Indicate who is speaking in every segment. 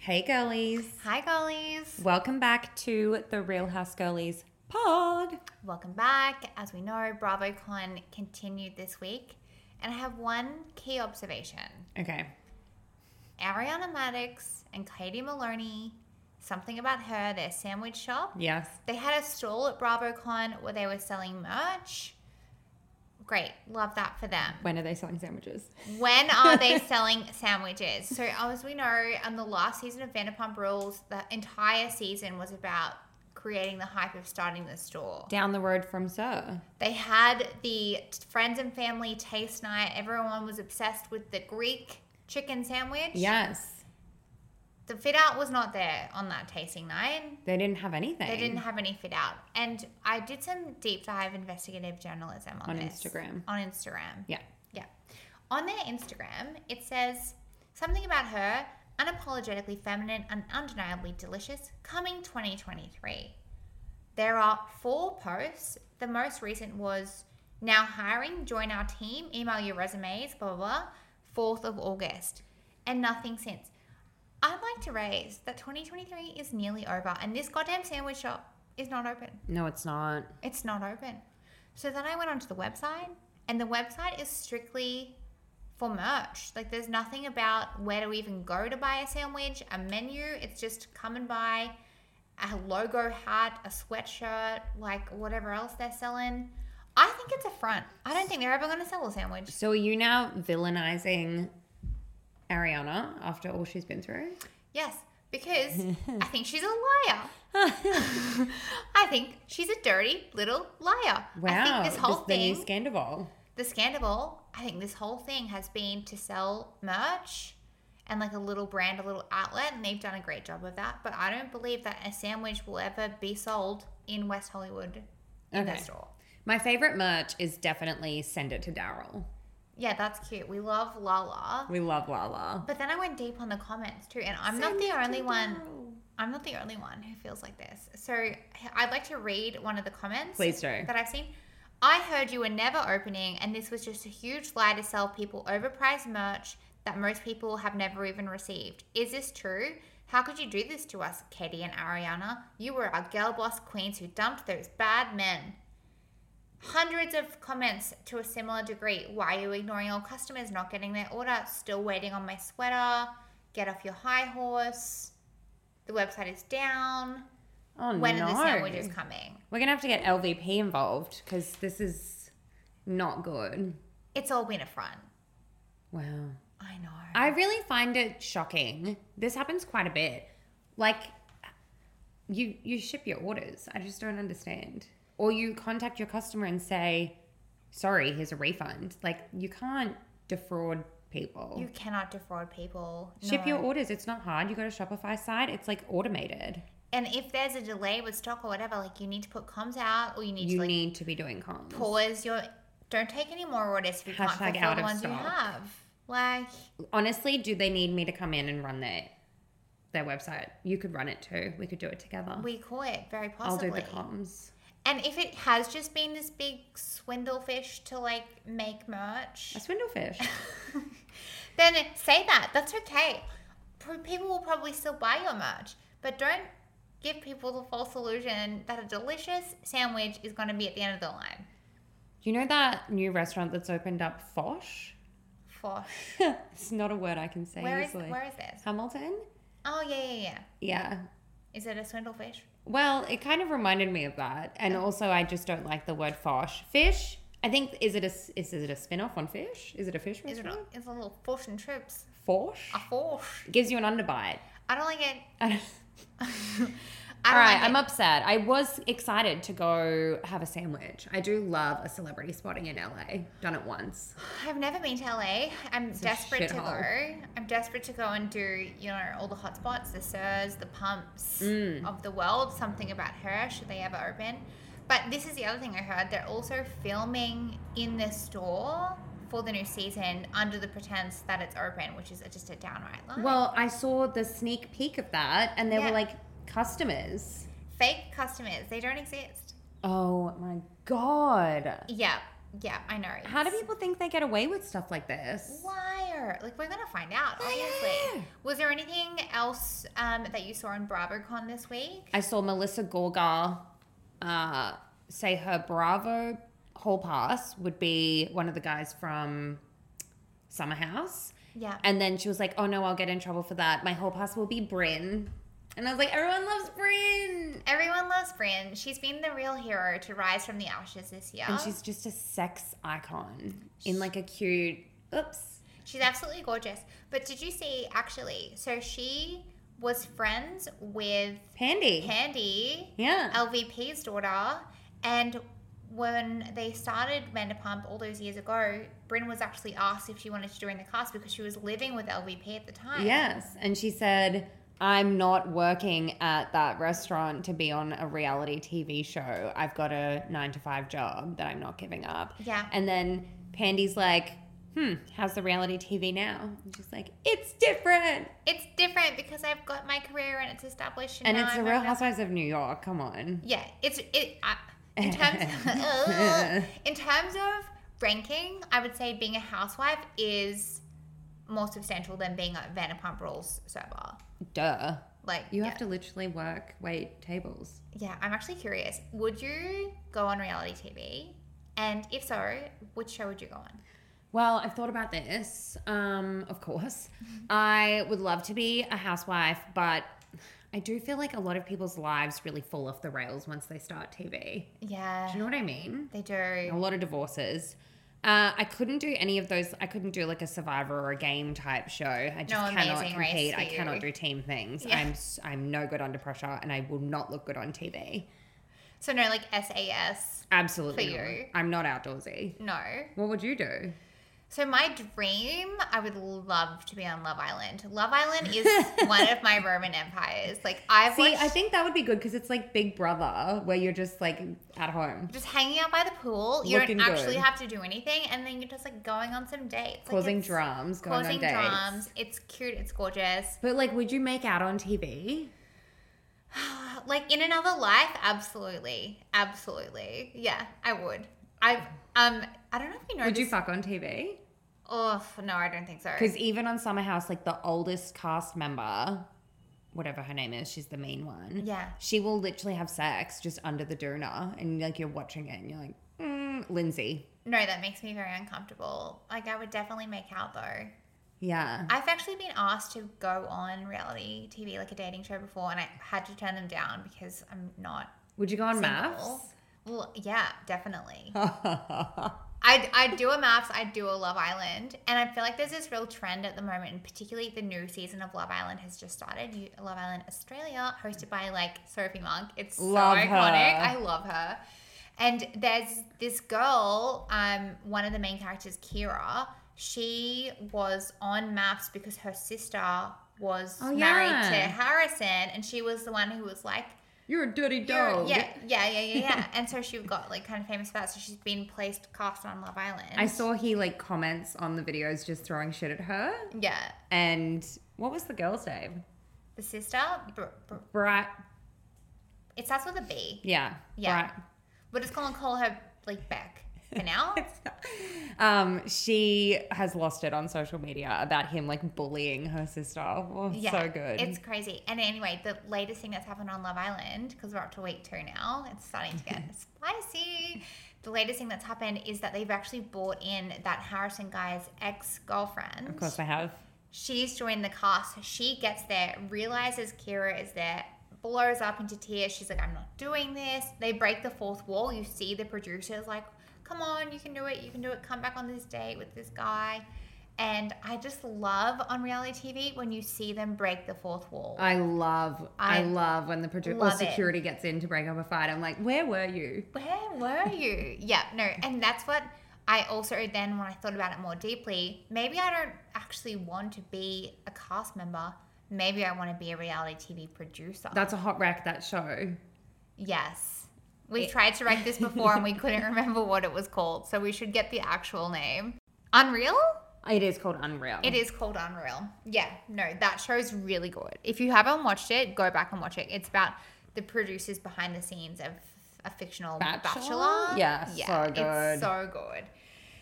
Speaker 1: Hey, girlies.
Speaker 2: Hi, girlies.
Speaker 1: Welcome back to the Real House Girlies pod.
Speaker 2: Welcome back. As we know, BravoCon continued this week, and I have one key observation.
Speaker 1: Okay.
Speaker 2: Ariana Maddox and Katie Maloney, something about her, their sandwich shop.
Speaker 1: Yes.
Speaker 2: They had a stall at BravoCon where they were selling merch. Great, love that for them.
Speaker 1: When are they selling sandwiches?
Speaker 2: When are they selling sandwiches? So, as we know, on the last season of Vanderpump Rules, the entire season was about creating the hype of starting the store.
Speaker 1: Down the road from Sir.
Speaker 2: They had the friends and family taste night. Everyone was obsessed with the Greek chicken sandwich.
Speaker 1: Yes.
Speaker 2: The fit out was not there on that tasting night.
Speaker 1: They didn't have anything.
Speaker 2: They didn't have any fit out. And I did some deep dive investigative journalism on,
Speaker 1: On
Speaker 2: this.
Speaker 1: Instagram.
Speaker 2: On Instagram.
Speaker 1: Yeah.
Speaker 2: Yeah. On their Instagram, it says something about her unapologetically feminine and undeniably delicious coming 2023. There are four posts. The most recent was now hiring, join our team, email your resumes, blah, blah, blah, 4th of August, and nothing since. I'd like to raise that 2023 is nearly over, and this goddamn sandwich shop is not open.
Speaker 1: No, it's not.
Speaker 2: It's not open. So then I went onto the website, and the website is strictly for merch. Like, there's nothing about where to even go to buy a sandwich, a menu. It's just come and buy a logo hat, a sweatshirt, like whatever else they're selling. I think it's a front. I don't think they're ever going to sell a sandwich.
Speaker 1: So are you now villainizing Ariana after all she's been through?
Speaker 2: Yes, because I think she's a liar. I think she's a dirty little liar.
Speaker 1: Wow.
Speaker 2: I think this whole
Speaker 1: is
Speaker 2: thing.
Speaker 1: the new Scandival.
Speaker 2: the Scandal, I think this whole thing has been to sell merch and like a little brand, a little outlet, and they've done a great job of that. But I don't believe that a sandwich will ever be sold in West Hollywood in the
Speaker 1: Okay.
Speaker 2: store.
Speaker 1: My favorite merch is definitely Send It to Daryl.
Speaker 2: Yeah, that's cute. We love Lala.
Speaker 1: We love Lala.
Speaker 2: But then I went deep on the comments too, and I'm not
Speaker 1: Send it
Speaker 2: the
Speaker 1: to
Speaker 2: only one.
Speaker 1: Daryl.
Speaker 2: I'm not the only one who feels like this. So I'd like to read one of the comments.
Speaker 1: Please do.
Speaker 2: That I've seen. I heard you were never opening, and this was just a huge lie to sell people overpriced merch that most people have never even received. Is this true? How could you do this to us, Katie and Ariana? You were our girl boss queens who dumped those bad men. Hundreds of comments to a similar degree. Why are you ignoring all customers not getting their order? Still waiting on my sweater. Get off your high horse. The website is down.
Speaker 1: Oh,
Speaker 2: When
Speaker 1: no.
Speaker 2: are the sandwiches coming?
Speaker 1: We're gonna have to get LVP involved because this is not good.
Speaker 2: It's all been a front.
Speaker 1: Wow.
Speaker 2: I know.
Speaker 1: I really find it shocking. This happens quite a bit. Like, you you ship your orders. I just don't understand. Or you contact your customer and say, "Sorry, here's a refund." Like, you can't defraud people.
Speaker 2: you cannot defraud people.
Speaker 1: ship
Speaker 2: No.
Speaker 1: your orders. It's not hard. You go to Shopify site. It's like automated.
Speaker 2: And if there's a delay with stock or whatever, like you need to put comms out or you need
Speaker 1: You
Speaker 2: to like
Speaker 1: need to be doing comms.
Speaker 2: pause your. Don't take any more orders if you can't
Speaker 1: Hashtag
Speaker 2: fulfill
Speaker 1: out
Speaker 2: the
Speaker 1: of
Speaker 2: ones you
Speaker 1: stock.
Speaker 2: have. Like,
Speaker 1: Honestly, do they need me to come in and run their their website? You could run it too. We could do it together.
Speaker 2: we could very
Speaker 1: I'll
Speaker 2: possibly.
Speaker 1: do the comms.
Speaker 2: And if it has just been this big swindle fish to like make merch,
Speaker 1: A swindlefish.
Speaker 2: then say that. That's okay. Pro- People will probably still buy your merch, but don't give people the false illusion that a delicious sandwich is going to be at the end of the line.
Speaker 1: you know that new restaurant that's opened up, Fosh?
Speaker 2: For
Speaker 1: it's not a word I can say
Speaker 2: where is
Speaker 1: easily.
Speaker 2: where is this?
Speaker 1: Hamilton?
Speaker 2: Oh yeah yeah yeah.
Speaker 1: Yeah.
Speaker 2: Is it a swindle fish?
Speaker 1: Well, it kind of reminded me of that, and
Speaker 2: Oh.
Speaker 1: also I just don't like the word Fosh. Fish. I think is it a s- is, it a spin off on fish? Is it a fish
Speaker 2: Is it?
Speaker 1: restaurant?
Speaker 2: a- It's a little fish and trips.
Speaker 1: Fosh
Speaker 2: A fish.
Speaker 1: It gives you an underbite.
Speaker 2: I don't like it.
Speaker 1: I don't-
Speaker 2: I
Speaker 1: All
Speaker 2: don't
Speaker 1: right,
Speaker 2: like
Speaker 1: I'm
Speaker 2: it.
Speaker 1: upset. I was excited to go have a sandwich. I do love a celebrity spotting in LA. Done it once.
Speaker 2: I've never been to LA. I'm
Speaker 1: a
Speaker 2: desperate to go.
Speaker 1: shithole.
Speaker 2: I'm desperate to go and do, you know, all the hot spots, the SIRS, the pumps
Speaker 1: Mm.
Speaker 2: of the world. Something about her, should they ever open. But this is the other thing I heard. They're also filming in the store for the new season under the pretense that it's open, which is just a downright lie.
Speaker 1: Well, I saw the sneak peek of that, and there
Speaker 2: Yeah.
Speaker 1: were like customers.
Speaker 2: fake customers, they don't exist.
Speaker 1: Oh my god!
Speaker 2: Yeah. yeah, I know.
Speaker 1: How do
Speaker 2: It's-
Speaker 1: people think they get away with stuff like this?
Speaker 2: Liar. Like, we're going to find out, obviously.
Speaker 1: Liar.
Speaker 2: Was there anything else um, that you saw in BravoCon this week?
Speaker 1: I saw Melissa Gorga uh, say her Bravo hall pass would be one of the guys from Summer House.
Speaker 2: Yeah.
Speaker 1: And then she was like, oh no, I'll get in trouble for that. My hall pass will be Bryn. And I was like, everyone loves Bryn.
Speaker 2: Everyone loves Brynn. She's been the real hero to rise from the ashes this year.
Speaker 1: And she's just a sex icon in like a cute, oops.
Speaker 2: She's absolutely gorgeous. But did you see, actually, so she was friends with
Speaker 1: Pandy.
Speaker 2: Candy,
Speaker 1: yeah.
Speaker 2: LVP's daughter, and when they started Vanderpump all those years ago, Brynn was actually asked if she wanted to join the class because she was living with LVP at the time.
Speaker 1: Yes. And she said, I'm not working at that restaurant to be on a reality TV show. I've got a nine to five job that I'm not giving up.
Speaker 2: Yeah.
Speaker 1: And then Pandy's like, hmm, how's the reality TV now? And she's like, it's different.
Speaker 2: It's different because I've got my career and it's established.
Speaker 1: And
Speaker 2: now
Speaker 1: it's the
Speaker 2: I'm
Speaker 1: Real
Speaker 2: recognized-
Speaker 1: Housewives of New York. Come on.
Speaker 2: Yeah, it's it. I, in terms, in terms of ranking, I would say being a housewife is more substantial than being a Vanderpump Rules server.
Speaker 1: Duh.
Speaker 2: Like
Speaker 1: You
Speaker 2: yeah.
Speaker 1: have to literally work, wait tables.
Speaker 2: Yeah, I'm actually curious. Would you go on reality TV? And if so, which show would you go on?
Speaker 1: Well, I've thought about this. Um, of course, I would love to be a housewife, but I do feel like a lot of people's lives really fall off the rails once they start TV.
Speaker 2: Yeah,
Speaker 1: Do you know what I mean?
Speaker 2: they
Speaker 1: A
Speaker 2: do.
Speaker 1: lot of divorces. Uh, I couldn't do any of those. I couldn't do like a Survivor or a game type show. I just
Speaker 2: No
Speaker 1: cannot
Speaker 2: Amazing Race
Speaker 1: compete.
Speaker 2: for
Speaker 1: I
Speaker 2: you.
Speaker 1: cannot do team things.
Speaker 2: Yeah.
Speaker 1: I'm s- I'm no good under pressure, and I will not look good on TV.
Speaker 2: So no, like SAS.
Speaker 1: Absolutely,
Speaker 2: For
Speaker 1: not.
Speaker 2: you.
Speaker 1: I'm not outdoorsy.
Speaker 2: No,
Speaker 1: What would you do?
Speaker 2: So my dream, I would love to be on Love Island. Love Island is one of my Roman empires. Like I've
Speaker 1: See,
Speaker 2: watched
Speaker 1: I think that would be good because it's like Big Brother, where you're just like at home,
Speaker 2: just hanging out by the pool. You
Speaker 1: Looking
Speaker 2: don't actually
Speaker 1: good.
Speaker 2: have to do anything, and then you're just like going on some dates, Like,
Speaker 1: causing
Speaker 2: it's-
Speaker 1: dramas, going
Speaker 2: causing
Speaker 1: on dates.
Speaker 2: drums. It's cute. It's gorgeous.
Speaker 1: But like, would you make out on TV?
Speaker 2: Like in another life, absolutely, absolutely. Yeah, I would. I've um, I don't know if you know.
Speaker 1: Would you
Speaker 2: this-
Speaker 1: fuck on TV?
Speaker 2: Oh no, I don't think so.
Speaker 1: Because even on Summer House, like the oldest cast member, whatever her name is, she's the main one.
Speaker 2: Yeah.
Speaker 1: She will literally have sex just under the doona, and like you're watching it, and you're like, mm, Lindsay.
Speaker 2: No, that makes me very uncomfortable. Like I would definitely make out though.
Speaker 1: Yeah.
Speaker 2: I've actually been asked to go on reality TV, like a dating show before, and I had to turn them down because I'm not
Speaker 1: Would you go on
Speaker 2: single.
Speaker 1: maths?
Speaker 2: Well, yeah, definitely. I, I do a maths, I do a Love Island, and I feel like there's this real trend at the moment, and particularly the new season of Love Island has just started. You, Love Island Australia, hosted by like Sophie Monk. It's
Speaker 1: Love
Speaker 2: so
Speaker 1: her.
Speaker 2: iconic. I love her. And there's this girl, um, one of the main characters, Kira. She was on maths because her sister was
Speaker 1: Oh,
Speaker 2: married
Speaker 1: yeah.
Speaker 2: to Harrison, and she was the one who was like
Speaker 1: You're a dirty
Speaker 2: you're-
Speaker 1: dog.
Speaker 2: Yeah, yeah, yeah, yeah, yeah. and so she got like kind of famous for that. So she's been placed cast on Love Island.
Speaker 1: I saw he like comments on the videos just throwing shit at her.
Speaker 2: yeah,
Speaker 1: And what was the girl's name?
Speaker 2: the sister. Br- br-
Speaker 1: Bright.
Speaker 2: It starts with a B.
Speaker 1: Yeah.
Speaker 2: Yeah. We're just gonna call her like Beck for now.
Speaker 1: Bright. Um, she has lost it on social media about him like bullying her sister. Oh,
Speaker 2: Yeah,
Speaker 1: so good.
Speaker 2: It's crazy. And anyway, the latest thing that's happened on Love Island because we're up to week two now. It's starting to get spicy. The latest thing that's happened is that they've actually brought in that Harrison guy's ex girlfriend.
Speaker 1: of course, I have.
Speaker 2: She's joined the cast. She gets there, realizes Kira is there, blows up into tears. She's like, I'm not doing this. They break the fourth wall. You see the producers like, come on, you can do it. You can do it. Come back on this date with this guy. And I just love on reality TV when you see them break the fourth wall.
Speaker 1: I love, I,
Speaker 2: I
Speaker 1: love when the produ- or
Speaker 2: love it.
Speaker 1: security gets in to break up a fight. I'm like, where were you?
Speaker 2: Where were you? yeah, no. And that's what I also then, when I thought about it more deeply, maybe I don't actually want to be a cast member. Maybe I want to be a reality TV producer.
Speaker 1: That's a hot wreck, that show.
Speaker 2: Yes. We tried to write this before and we couldn't remember what it was called, so we should get the actual name. Unreal? Mm.
Speaker 1: It is called Unreal.
Speaker 2: It is called Unreal. Yeah, no, that show's really good. If you haven't watched it, go back and watch it. It's about the producers behind the scenes of a fictional
Speaker 1: Bachelor?
Speaker 2: bachelor.
Speaker 1: Yeah, so good.
Speaker 2: It's so good.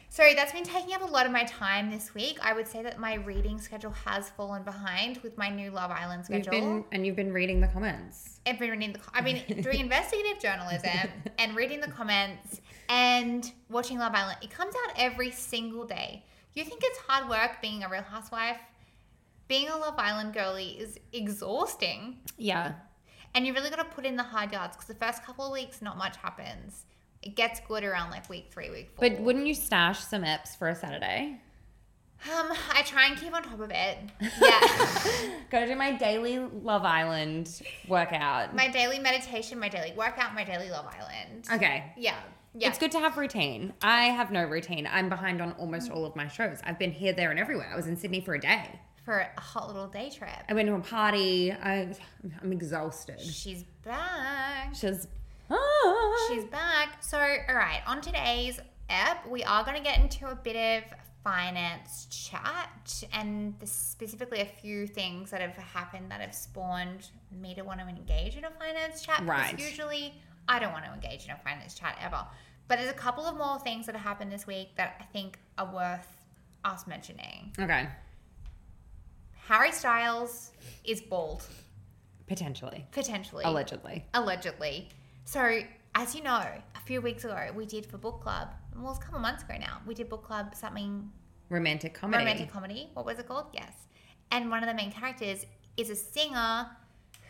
Speaker 2: So that's been taking up a lot of my time this week. I would say that my reading schedule has fallen behind with my new Love Island
Speaker 1: You've
Speaker 2: schedule.
Speaker 1: been and you've been reading the comments.
Speaker 2: I've been reading the. co- I've been doing investigative journalism and reading the comments and watching Love Island. It comes out every single day. You think it's hard work being a Real Housewife? Being a Love Island girly is exhausting,
Speaker 1: Yeah.
Speaker 2: and you really got to put in the hard yards because the first couple of weeks, not much happens. It gets good around like week three, week four.
Speaker 1: But wouldn't you stash some eps for a Saturday?
Speaker 2: um, I try and keep on top of it. Yeah.
Speaker 1: Go do my daily Love Island workout.
Speaker 2: my daily meditation, my daily workout, my daily Love Island.
Speaker 1: okay.
Speaker 2: Yeah. Yeah.
Speaker 1: It's good to have routine. I have no routine. I'm behind on almost all of my shows. I've been here, there, and everywhere. I was in Sydney for a day.
Speaker 2: for a hot little day trip.
Speaker 1: I went to a party. I, I'm exhausted.
Speaker 2: She's back.
Speaker 1: She's. Ah.
Speaker 2: She's back. So, all right, on today's app, we are going to get into a bit of finance chat and the- specifically a few things that have happened that have spawned me to want to engage in a finance chat. because
Speaker 1: Right.
Speaker 2: Usually, I don't want to engage in a finance chat ever. But there's a couple of more things that have happened this week that I think are worth us mentioning.
Speaker 1: okay.
Speaker 2: Harry Styles is bald,
Speaker 1: Potentially.
Speaker 2: potentially.
Speaker 1: Allegedly.
Speaker 2: allegedly. So, as you know, a few weeks ago, we did for book club. Well, it's a couple months ago now. We did book club something
Speaker 1: Romantic comedy.
Speaker 2: romantic comedy. What was it called? Yes. And one of the main characters is a singer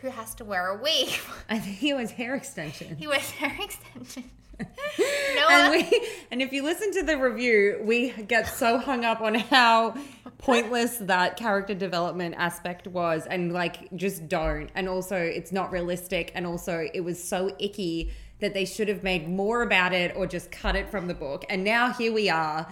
Speaker 2: who has to wear a wig.
Speaker 1: I think it was hair extension.
Speaker 2: he wears hair extensions. no,
Speaker 1: and
Speaker 2: one-
Speaker 1: we and if you listen to the review, we get so hung up on how pointless that character development aspect was and like just don't. And also it's not realistic and also it was so icky that they should have made more about it or just cut it from the book. And now here we are.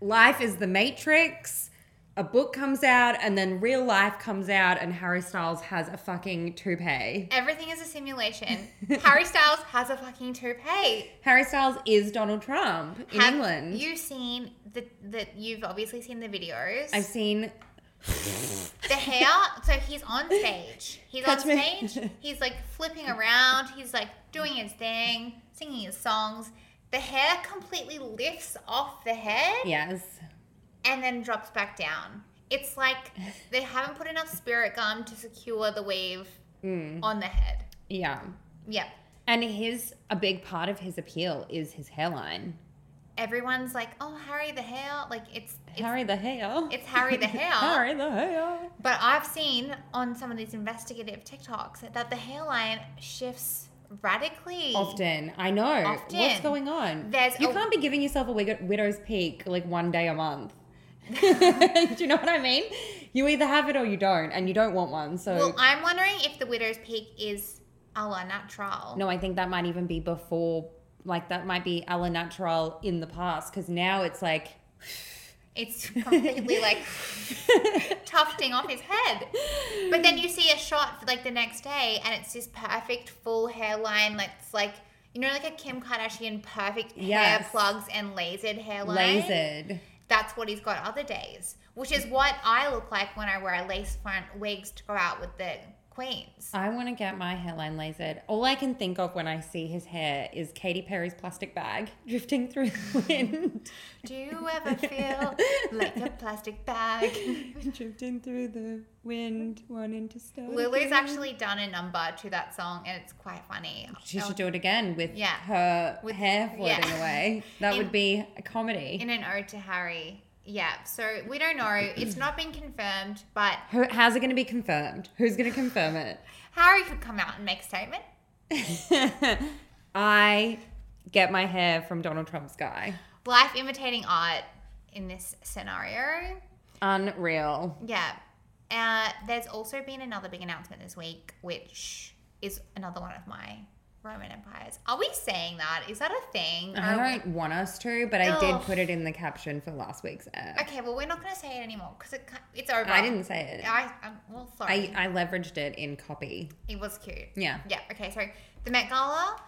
Speaker 1: Life is the Matrix. A book comes out and then real life comes out and Harry Styles has a fucking toupee.
Speaker 2: everything is a simulation. Harry Styles has a fucking toupee.
Speaker 1: Harry Styles is Donald Trump in
Speaker 2: Have
Speaker 1: England.
Speaker 2: you seen the that you've obviously seen the videos?
Speaker 1: I've seen
Speaker 2: The hair. So he's on stage. He's
Speaker 1: Catch
Speaker 2: on
Speaker 1: me.
Speaker 2: stage. He's like flipping around. He's like doing his thing, singing his songs. The hair completely lifts off the head
Speaker 1: yes.
Speaker 2: and then drops back down. It's like they haven't put enough spirit gum to secure the wave
Speaker 1: Mm.
Speaker 2: on the head.
Speaker 1: Yeah.
Speaker 2: Yep.
Speaker 1: And his a big part of his appeal is his hairline.
Speaker 2: Everyone's like, "Oh, Harry the hair!" Like it's it's,
Speaker 1: Harry the hair.
Speaker 2: it's Harry the hair.
Speaker 1: Harry the hair.
Speaker 2: But I've seen on some of these investigative TikToks that the hairline shifts radically.
Speaker 1: Often, I know.
Speaker 2: Often.
Speaker 1: What's going on?
Speaker 2: There's
Speaker 1: you
Speaker 2: a-
Speaker 1: can't be giving yourself a wig- widow's peak like one day a month. Do you know what I mean? You either have it or you don't, and you don't want one. So
Speaker 2: Well, I'm wondering if the widow's peak is oh, a la natural.
Speaker 1: no, I think that might even be before. Like that might be a la natural in the past, because now it's like
Speaker 2: It's completely like tufting off his head. But then you see a shot for like the next day and it's this perfect full hairline that's like you know like a Kim Kardashian perfect hair
Speaker 1: Yes.
Speaker 2: plugs and lasered hairline.
Speaker 1: lasered.
Speaker 2: That's what he's got other days. Which is what I look like when I wear lace front wigs to go out with the queens.
Speaker 1: I want to get my hairline lasered. All I can think of when I see his hair is Katy Perry's plastic bag drifting through the wind.
Speaker 2: Do you ever feel like a plastic bag?
Speaker 1: drifting through the wind, wanting to stop.
Speaker 2: Lily's
Speaker 1: you.
Speaker 2: actually done a number to that song, and it's quite funny.
Speaker 1: She should do it again with
Speaker 2: Oh. Yeah.
Speaker 1: her
Speaker 2: With-
Speaker 1: hair floating
Speaker 2: yeah.
Speaker 1: away. That
Speaker 2: In-
Speaker 1: would be a comedy.
Speaker 2: In an ode to Harry. Yeah, so we don't know. It's not been confirmed, but
Speaker 1: Who, how's it going to be confirmed? Who's going to confirm it?
Speaker 2: Harry could come out and make a statement.
Speaker 1: I get my hair from Donald Trump's guy.
Speaker 2: Life imitating art in this scenario.
Speaker 1: Unreal.
Speaker 2: Yeah. Uh, there's also been another big announcement this week, which is another one of my Roman empires. Are we saying that? Is that a thing?
Speaker 1: I
Speaker 2: Are we-
Speaker 1: don't want us to, but I did
Speaker 2: Ugh.
Speaker 1: put it in the caption for last week's app.
Speaker 2: Okay, well, we're not going to say it anymore because it, ca- it's over.
Speaker 1: I didn't say it.
Speaker 2: I, I'm, well, sorry.
Speaker 1: I, I leveraged it in copy.
Speaker 2: It was cute.
Speaker 1: Yeah.
Speaker 2: Yeah. Okay. So the Met Gala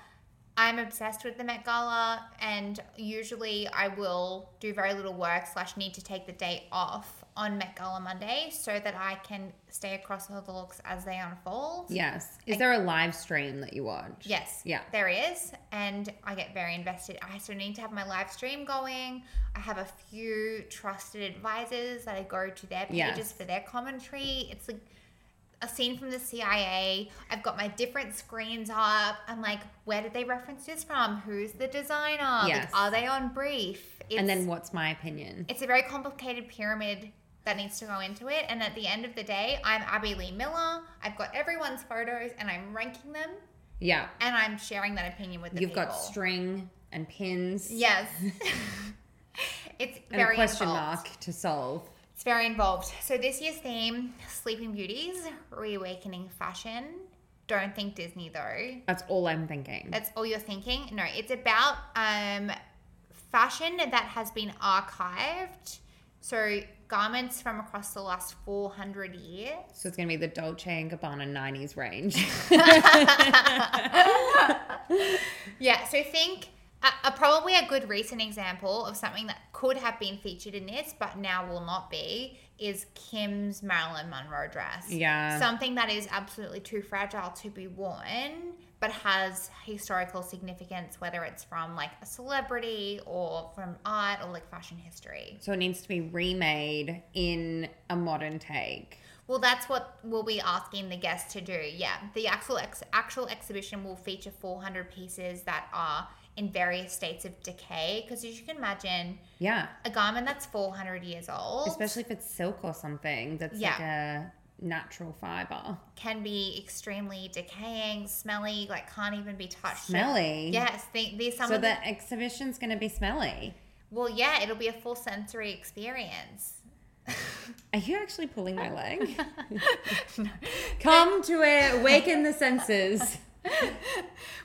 Speaker 2: I'm obsessed with the Met Gala, and usually I will do very little work slash need to take the day off on Met Gala Monday so that I can stay across all the looks as they unfold.
Speaker 1: Yes. Is there a live stream that you watch?
Speaker 2: Yes.
Speaker 1: Yeah.
Speaker 2: There is, and I get very invested. I still need to have my live stream going. I have a few trusted advisors that I go to their pages
Speaker 1: Yes.
Speaker 2: for their commentary. It's like a scene from the CIA. I've got my different screens up. I'm like, where did they reference this from? Who's the designer?
Speaker 1: Yes.
Speaker 2: Like, are they on brief? It's,
Speaker 1: And then what's my opinion?
Speaker 2: it's a very complicated pyramid that needs to go into it. And at the end of the day, I'm Abby Lee Miller. I've got everyone's photos and I'm ranking them
Speaker 1: Yeah.
Speaker 2: and I'm sharing that opinion with the
Speaker 1: You've
Speaker 2: people.
Speaker 1: got string and pins.
Speaker 2: yes. it's
Speaker 1: And
Speaker 2: very
Speaker 1: a question
Speaker 2: involved.
Speaker 1: mark to solve.
Speaker 2: It's very involved. So this year's theme: Sleeping Beauties, reawakening fashion. Don't think Disney though.
Speaker 1: That's all I'm thinking.
Speaker 2: That's all you're thinking. No, it's about um, fashion that has been archived. So garments from across the last 400 years.
Speaker 1: So it's gonna be the Dolce and Gabbana '90s range.
Speaker 2: Yeah, so think a, a probably a good recent example of something that could have been featured in this, but now will not be, is Kim's Marilyn Monroe dress.
Speaker 1: Yeah.
Speaker 2: something that is absolutely too fragile to be worn, but has historical significance, whether it's from like a celebrity or from art or like fashion history.
Speaker 1: so it needs to be remade in a modern take.
Speaker 2: Well, that's what we'll be asking the guests to do. Yeah, the actual ex- actual exhibition will feature 400 pieces that are in various states of decay, because as you can imagine,
Speaker 1: Yeah.
Speaker 2: a garment that's 400 years old
Speaker 1: Especially if it's silk or something that's like a natural fiber.
Speaker 2: can be extremely decaying, smelly, like can't even be touched.
Speaker 1: Smelly.
Speaker 2: Yes, the, the, some
Speaker 1: So
Speaker 2: of the,
Speaker 1: the exhibition's gonna be smelly.
Speaker 2: Well, yeah, it'll be a full sensory experience.
Speaker 1: Are you actually pulling my leg? Come to it, awaken the senses.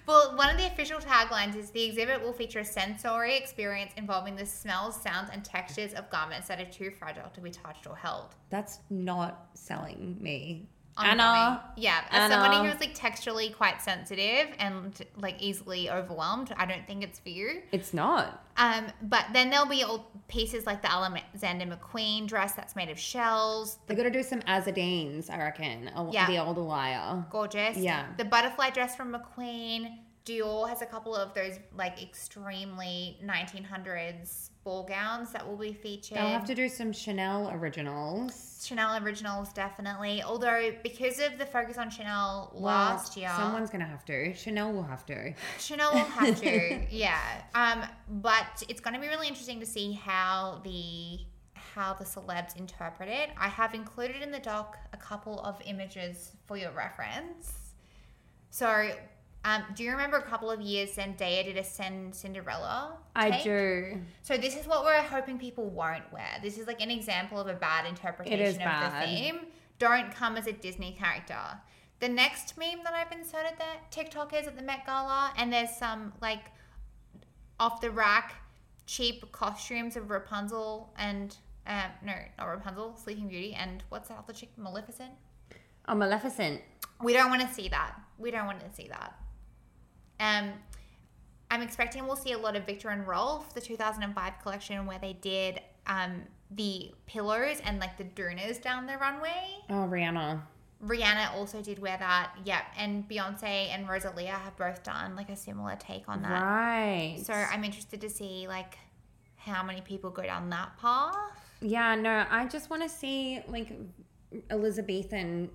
Speaker 2: Well, one of the official taglines is the exhibit will feature a sensory experience involving the smells, sounds, and textures of garments that are too fragile to be touched or held.
Speaker 1: That's not selling me.
Speaker 2: I'm
Speaker 1: Anna.
Speaker 2: going- Yeah, as somebody
Speaker 1: Anna.
Speaker 2: who's like texturally quite sensitive and like easily overwhelmed, I don't think it's for you.
Speaker 1: It's not.
Speaker 2: Um, but then there'll be old pieces like the Alexander McQueen dress that's made of shells,
Speaker 1: They gotta do some Azadines, I reckon. A,
Speaker 2: Yeah.
Speaker 1: The old liar.
Speaker 2: gorgeous.
Speaker 1: Yeah.
Speaker 2: The butterfly dress from McQueen. Dior has a couple of those like extremely 1900s ball gowns that will be featured.
Speaker 1: They'll have to do some Chanel originals.
Speaker 2: Chanel originals definitely. Although because of the focus on Chanel
Speaker 1: Well,
Speaker 2: last year,
Speaker 1: Someone's gonna have to. Chanel will have to.
Speaker 2: Chanel will have to. yeah. Um, but it's going to be really interesting to see how the how the celebs interpret it. I have included in the doc a couple of images for your reference. So, um, do you remember a couple of years Zendaya did a Cin- Cinderella? take?
Speaker 1: do.
Speaker 2: So this is what we're hoping people won't wear. This is like an example of a bad interpretation
Speaker 1: It is
Speaker 2: of
Speaker 1: bad.
Speaker 2: the theme. Don't come as a Disney character. The next meme that I've inserted there, TikTok is at the Met Gala, and there's some like off the rack cheap costumes of Rapunzel and um, no, not Rapunzel, Sleeping Beauty, and what's that other chick, Maleficent.
Speaker 1: Oh, Maleficent.
Speaker 2: We don't want to see that. We don't want to see that. Um, I'm expecting we'll see a lot of Victor and Rolf, the 2005 collection, where they did um, the pillows and like the doonas down the runway.
Speaker 1: Oh, Rihanna.
Speaker 2: Rihanna also did wear that. Yep. And Beyonce and Rosalia have both done like a similar take on that.
Speaker 1: Right.
Speaker 2: So I'm interested to see like how many people go down that path.
Speaker 1: yeah, no, I just want to see like Elizabethan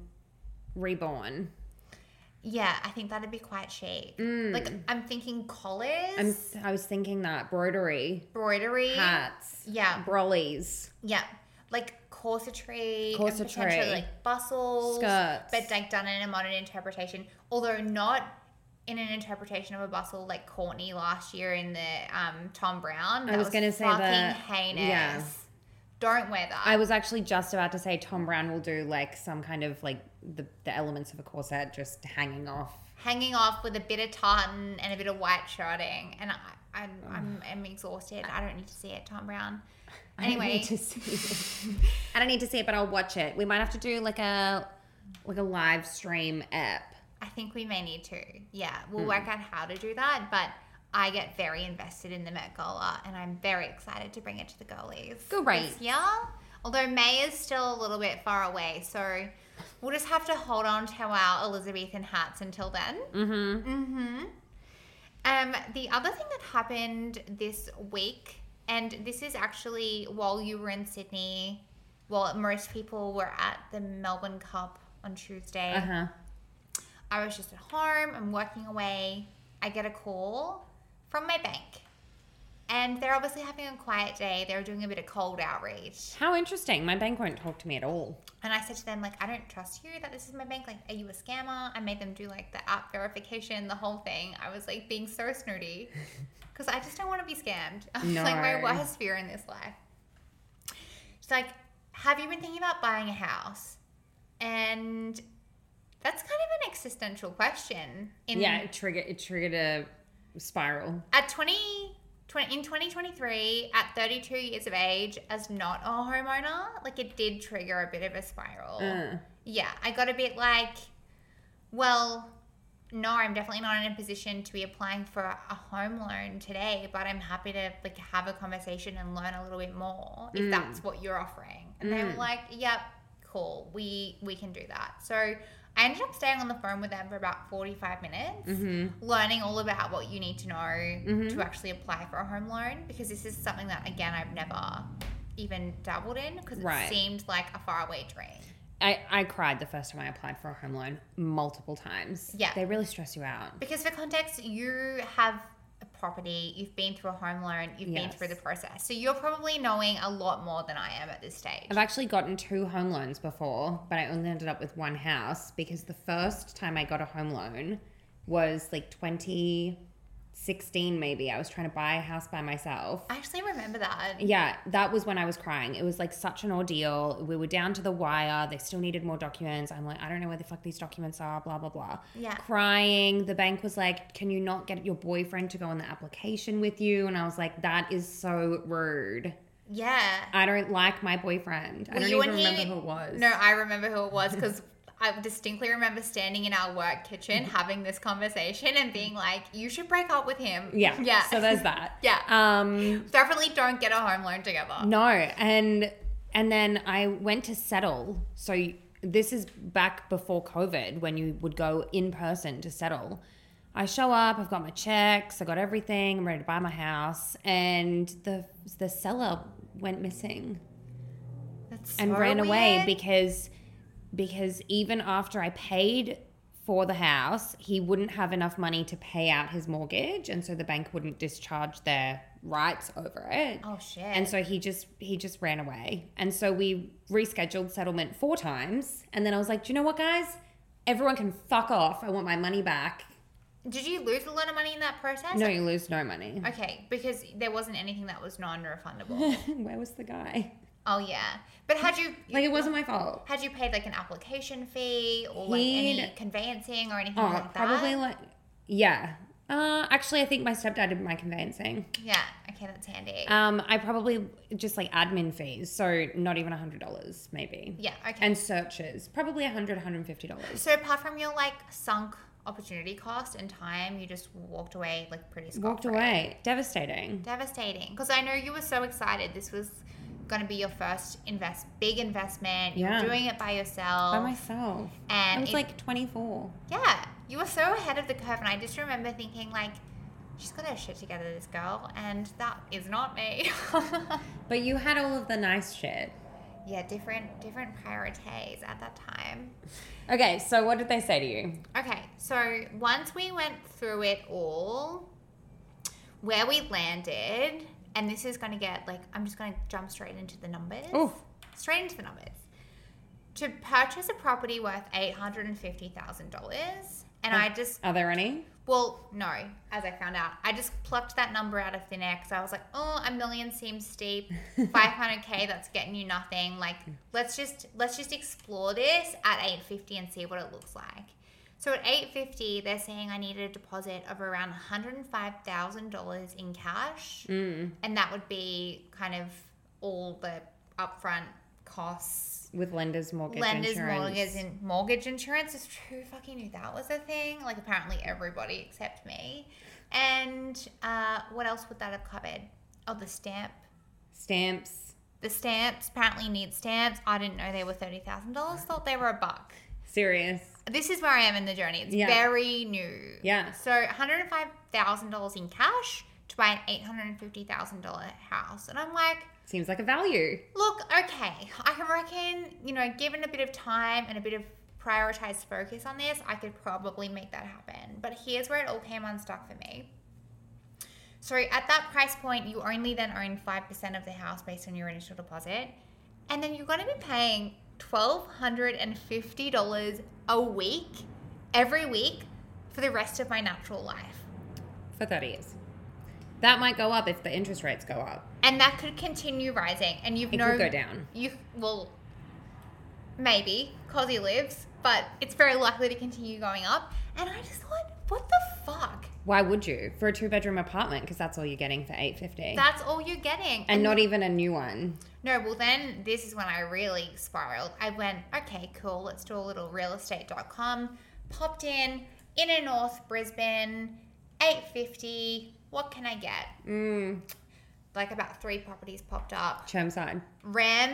Speaker 1: reborn.
Speaker 2: Yeah, I think that'd be quite chic.
Speaker 1: Mm.
Speaker 2: Like I'm thinking collars,
Speaker 1: I'm, I was thinking that broidery,
Speaker 2: embroidery.
Speaker 1: hats,
Speaker 2: Yeah.
Speaker 1: brollies.
Speaker 2: Yeah. Like corsetry, and
Speaker 1: Corsetry.
Speaker 2: potentially like bustles,
Speaker 1: Skirts.
Speaker 2: but like done in a modern interpretation, although not in an interpretation of a bustle like Courtney last year in the um, Tom Brown. That
Speaker 1: was gonna say
Speaker 2: fucking
Speaker 1: that-
Speaker 2: heinous.
Speaker 1: yeah.
Speaker 2: Don't wear that.
Speaker 1: I was actually just about to say Tom Brown will do like some kind of like the, the elements of a corset just hanging off.
Speaker 2: Hanging off with a bit of tartan and a bit of white shirting, and I, I'm, I'm, I'm exhausted. I don't need to see it, Tom Brown.
Speaker 1: I don't
Speaker 2: Anyway,
Speaker 1: need to see it. I don't need to see it, but I'll watch it. We might have to do like a like a live stream app.
Speaker 2: I think we may need to. Yeah, we'll work out how to do that. But I get very invested in the Met Gala, and I'm very excited to bring it to the goalies.
Speaker 1: Great.
Speaker 2: This year. Although May is still a little bit far away, so we'll just have to hold on to our Elizabethan hats until then.
Speaker 1: Mm-hmm.
Speaker 2: Mm-hmm. Um, the other thing that happened this week, and this is actually while you were in Sydney, while most people were at the Melbourne Cup on Tuesday,
Speaker 1: Uh huh.
Speaker 2: I was just at home, I'm working away. I get a call from my bank. And they're obviously having a quiet day. They're doing a bit of cold outreach.
Speaker 1: How interesting. My bank won't talk to me at all.
Speaker 2: And I said to them, like, I don't trust you that this is my bank. Like, are you a scammer? I made them do like the app verification, the whole thing. I was like being so snooty because I just don't want to be scammed. It's like my
Speaker 1: No.
Speaker 2: worst fear in this life. She's like, have you been thinking about buying a house? And that's kind of an existential question. In,
Speaker 1: yeah, it triggered it triggered a spiral.
Speaker 2: At 20, 20 in 2023, at 32 years of age, as not a homeowner, like it did trigger a bit of a spiral.
Speaker 1: Uh,
Speaker 2: yeah, I got a bit like, well, no, I'm definitely not in a position to be applying for a home loan today, but I'm happy to like have a conversation and learn a little bit more if
Speaker 1: Mm.
Speaker 2: that's what you're offering. And they were
Speaker 1: Mm.
Speaker 2: like, "Yep, cool. We we can do that." So I ended up staying on the phone with them for about 45 minutes,
Speaker 1: mhm.
Speaker 2: learning all about what you need to know
Speaker 1: Mhm.
Speaker 2: to actually apply for a home loan because this is something that again I've never even dabbled in because it
Speaker 1: Right.
Speaker 2: seemed like a faraway dream.
Speaker 1: I, I cried the first time I applied for a home loan multiple times.
Speaker 2: Yeah.
Speaker 1: They really stress you out.
Speaker 2: Because for context, you have a property, you've been through a home loan, you've been
Speaker 1: Yes.
Speaker 2: through the process. So you're probably knowing a lot more than I am at this stage.
Speaker 1: I've actually gotten two home loans before, but I only ended up with one house because the first time I got a home loan was like 2016, maybe. I was trying to buy a house by myself.
Speaker 2: I actually remember that.
Speaker 1: Yeah, that was when I was crying. It was like such an ordeal. We were down to the wire. They still needed more documents. I'm like, I don't know where the fuck these documents are, blah, blah, blah.
Speaker 2: Yeah.
Speaker 1: Crying. The bank was like, Can you not get your boyfriend to go on the application with you? And I was like, That is so rude.
Speaker 2: Yeah.
Speaker 1: I don't like my boyfriend. I
Speaker 2: Were
Speaker 1: don't
Speaker 2: you
Speaker 1: even
Speaker 2: and he-
Speaker 1: remember who it was.
Speaker 2: No, I remember who it was because I distinctly remember standing in our work kitchen
Speaker 1: Mm-hmm.
Speaker 2: having this conversation and being like, you should break up with him.
Speaker 1: Yeah.
Speaker 2: Yeah.
Speaker 1: So there's that.
Speaker 2: Yeah.
Speaker 1: Um
Speaker 2: Definitely don't get a home loan together.
Speaker 1: no, and and then I went to settle. So this is back before COVID when you would go in person to settle. I show up, I've got my checks, I got everything, I'm ready to buy my house, and the the seller went missing
Speaker 2: That's
Speaker 1: and
Speaker 2: so
Speaker 1: ran away
Speaker 2: weird.
Speaker 1: because because even after I paid for the house, he wouldn't have enough money to pay out his mortgage, and so the bank wouldn't discharge their rights over it.
Speaker 2: Oh, shit.
Speaker 1: And so he just he just ran away. And so we rescheduled settlement four times, and then I was like, "Do you know what, guys? Everyone can fuck off. I want my money back."
Speaker 2: Did you lose a lot of money in that process?
Speaker 1: No, you lose no money.
Speaker 2: Okay, because there wasn't anything that was non-refundable.
Speaker 1: Where was the guy?
Speaker 2: oh yeah, but had you
Speaker 1: Like it wasn't my fault.
Speaker 2: had you paid like an application fee or like any
Speaker 1: He'd-
Speaker 2: conveyancing or anything
Speaker 1: Oh,
Speaker 2: like that?
Speaker 1: probably like yeah. Uh, actually, I think my stepdad did my conveyancing.
Speaker 2: Yeah. Okay, that's handy.
Speaker 1: Um, I probably just like admin fees, so not even a hundred dollars, maybe.
Speaker 2: yeah. Okay.
Speaker 1: And searches, probably a hundred, hundred and fifty dollars.
Speaker 2: so apart from your like sunk opportunity cost and time, you just walked away like pretty.
Speaker 1: Walked
Speaker 2: scot-free.
Speaker 1: away, devastating.
Speaker 2: Devastating, because I know you were so excited. This was going to be your first invest big investment. You're
Speaker 1: Yeah.
Speaker 2: doing it by yourself.
Speaker 1: By myself.
Speaker 2: and
Speaker 1: I was
Speaker 2: it-
Speaker 1: like 24.
Speaker 2: Yeah, you were so ahead of the curve, and I just remember thinking like, she's got her shit together, this girl, and that is not me.
Speaker 1: But you had all of the nice shit.
Speaker 2: yeah, different different priorities at that time.
Speaker 1: Okay, so what did they say to you?
Speaker 2: Okay, so once we went through it all, where we landed, and this is going to get like, I'm just going to jump straight into the numbers.
Speaker 1: Oof.
Speaker 2: Straight into the numbers. To purchase a property worth eight hundred and fifty thousand dollars, and I just
Speaker 1: Are there any?
Speaker 2: Well, no, as I found out, I just plucked that number out of thin air because I was like, oh, a million seems steep. 500k, that's getting you nothing. Like, let's just let's just explore this at 850 and see what it looks like. So at 850, they're saying I needed a deposit of around $105,000 in cash,
Speaker 1: Mm.
Speaker 2: and that would be kind of all the upfront costs
Speaker 1: with lenders mortgage
Speaker 2: lenders
Speaker 1: insurance.
Speaker 2: mortgage and mortgage insurance is true fucking knew that was a thing like apparently everybody except me and uh, what else would that have covered oh the stamp
Speaker 1: stamps.
Speaker 2: the stamps apparently you need stamps i didn't know they were $30000 thought they were a buck
Speaker 1: Serious.
Speaker 2: this is where i am in the journey it's
Speaker 1: Yeah.
Speaker 2: very new
Speaker 1: Yeah.
Speaker 2: so $105000 in cash to buy an $850000 house and i'm like
Speaker 1: Seems like a value.
Speaker 2: Look, okay, I reckon, you know, given a bit of time and a bit of prioritized focus on this, I could probably make that happen. But here's where it all came unstuck for me. So at that price point, you only then own 5% of the house based on your initial deposit. And then you're going to be paying $1,250 a week, every week, for the rest of my natural life.
Speaker 1: for 30 years. That might go up if the interest rates go up.
Speaker 2: And that could continue rising. And you've
Speaker 1: It
Speaker 2: no
Speaker 1: could go down.
Speaker 2: You well, maybe because he lives, but it's very likely to continue going up. And I just thought, what the fuck?
Speaker 1: Why would you for a two bedroom apartment? Because that's all you're getting for 850,
Speaker 2: That's all you're getting.
Speaker 1: and not even a new one.
Speaker 2: no. Well, then this is when I really spiraled. I went, okay, cool. Let's do a little realestate.com. Popped in inner North Brisbane, eight fifty. What can I get?
Speaker 1: Mm,
Speaker 2: Like about three properties popped up.
Speaker 1: Chermside.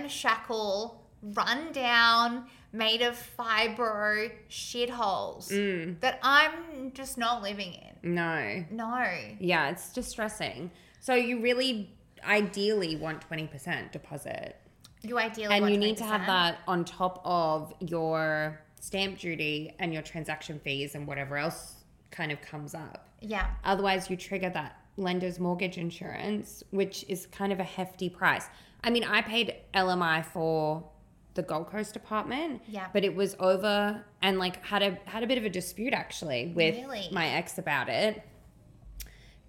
Speaker 2: ramshackle, run down, made of fibro shitholes
Speaker 1: Mm,
Speaker 2: that I'm just not living in.
Speaker 1: no.
Speaker 2: No.
Speaker 1: Yeah, it's distressing. So you really ideally want 20% deposit,
Speaker 2: You ideally
Speaker 1: and
Speaker 2: want
Speaker 1: you need to have
Speaker 2: 20%.
Speaker 1: that on top of your stamp duty and your transaction fees and whatever else kind of comes up.
Speaker 2: Yeah.
Speaker 1: Otherwise, you trigger that lender's mortgage insurance, which is kind of a hefty price. I mean, I paid LMI for the Gold Coast apartment,
Speaker 2: Yeah.
Speaker 1: but it was over and like had a had a bit of a dispute actually with
Speaker 2: Really?
Speaker 1: my ex about it.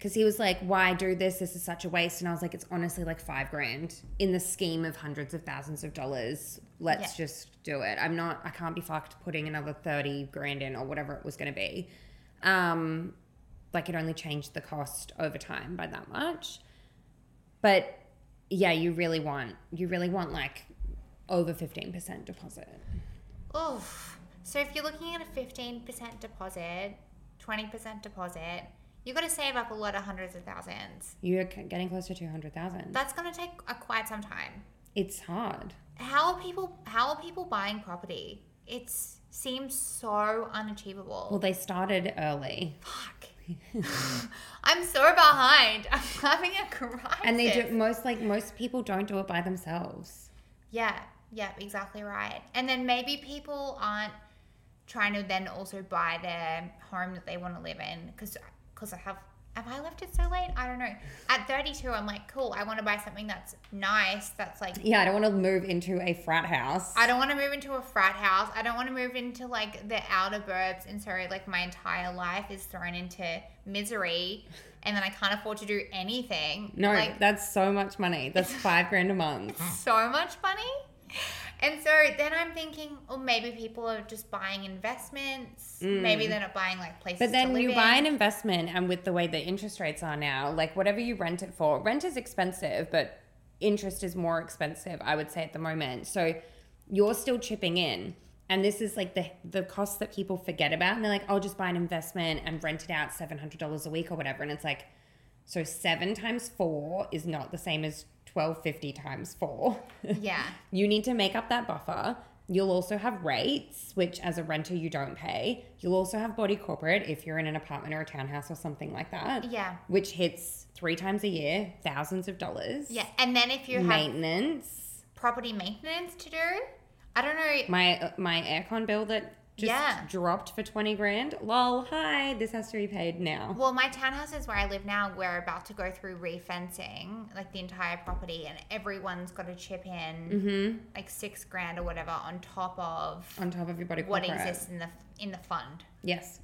Speaker 1: Cause he was like, "Why do this? This is such a waste." And I was like, "It's honestly like five grand in the scheme of hundreds of thousands of dollars. Let's just do it. I'm not. I can't be fucked putting another thirty grand in or whatever it was going to be. Um, like it only changed the cost over time by that much. But yeah, you really want you really want like over fifteen percent deposit.
Speaker 2: Oof. So if you're looking at a 15% deposit, 20% deposit, you've got to save up a lot of hundreds of thousands.
Speaker 1: You're c- getting close to two hundred thousand.
Speaker 2: That's going to take uh, quite some time.
Speaker 1: It's hard.
Speaker 2: How are people how are people buying property? It seems so unachievable.
Speaker 1: Well, they started early,
Speaker 2: Fuck. I'm so behind. I'm having a crisis.
Speaker 1: and they do most like most people don't do it by themselves.
Speaker 2: Yeah, yeah, exactly right. And then maybe people aren't trying to then also buy their home that they want to live in because because I have have I left it so late? I don't know. At 32, I'm like, cool. I want to buy something that's nice. That's like
Speaker 1: Yeah, I don't want to move into a frat house.
Speaker 2: I don't want to move into a frat house. I don't want to move into like the outer burbs. And so, like, my entire life is thrown into misery. And then I can't afford to do anything.
Speaker 1: no,
Speaker 2: Like,
Speaker 1: that's so much money. That's five grand a month.
Speaker 2: so much money. And so then I'm thinking, oh, maybe people are just buying investments. Maybe they're not buying like places.
Speaker 1: Mm. But
Speaker 2: to
Speaker 1: then
Speaker 2: live
Speaker 1: you buy
Speaker 2: in.
Speaker 1: an investment, and with the way the interest rates are now, like whatever you rent it for, rent is expensive, but interest is more expensive, I would say at the moment. So you're still chipping in. And this is like the the cost that people forget about, and they're like, "I'll just buy an investment and rent it out seven hundred dollars a week or whatever." And it's like, so seven times four is not the same as twelve fifty times four.
Speaker 2: yeah,
Speaker 1: You need to make up that buffer. You'll also have rates, which as a renter you don't pay. You'll also have body corporate if you're in an apartment or a townhouse or something like that,
Speaker 2: yeah,
Speaker 1: which hits three times a year, thousands of dollars.
Speaker 2: yeah. And then if you have
Speaker 1: Maintenance,
Speaker 2: property maintenance to do, I don't know.
Speaker 1: my uh, my aircon bill that just
Speaker 2: Yeah.
Speaker 1: dropped for twenty grand. Lol, hi, this has to be paid now.
Speaker 2: Well, my townhouses where I live now, we're about to go through refencing, like the entire property, and everyone's got to chip in like six grand or whatever on top of
Speaker 1: Mm-hmm. On top of your body
Speaker 2: what
Speaker 1: corporate.
Speaker 2: exists in the in the fund.
Speaker 1: Yes.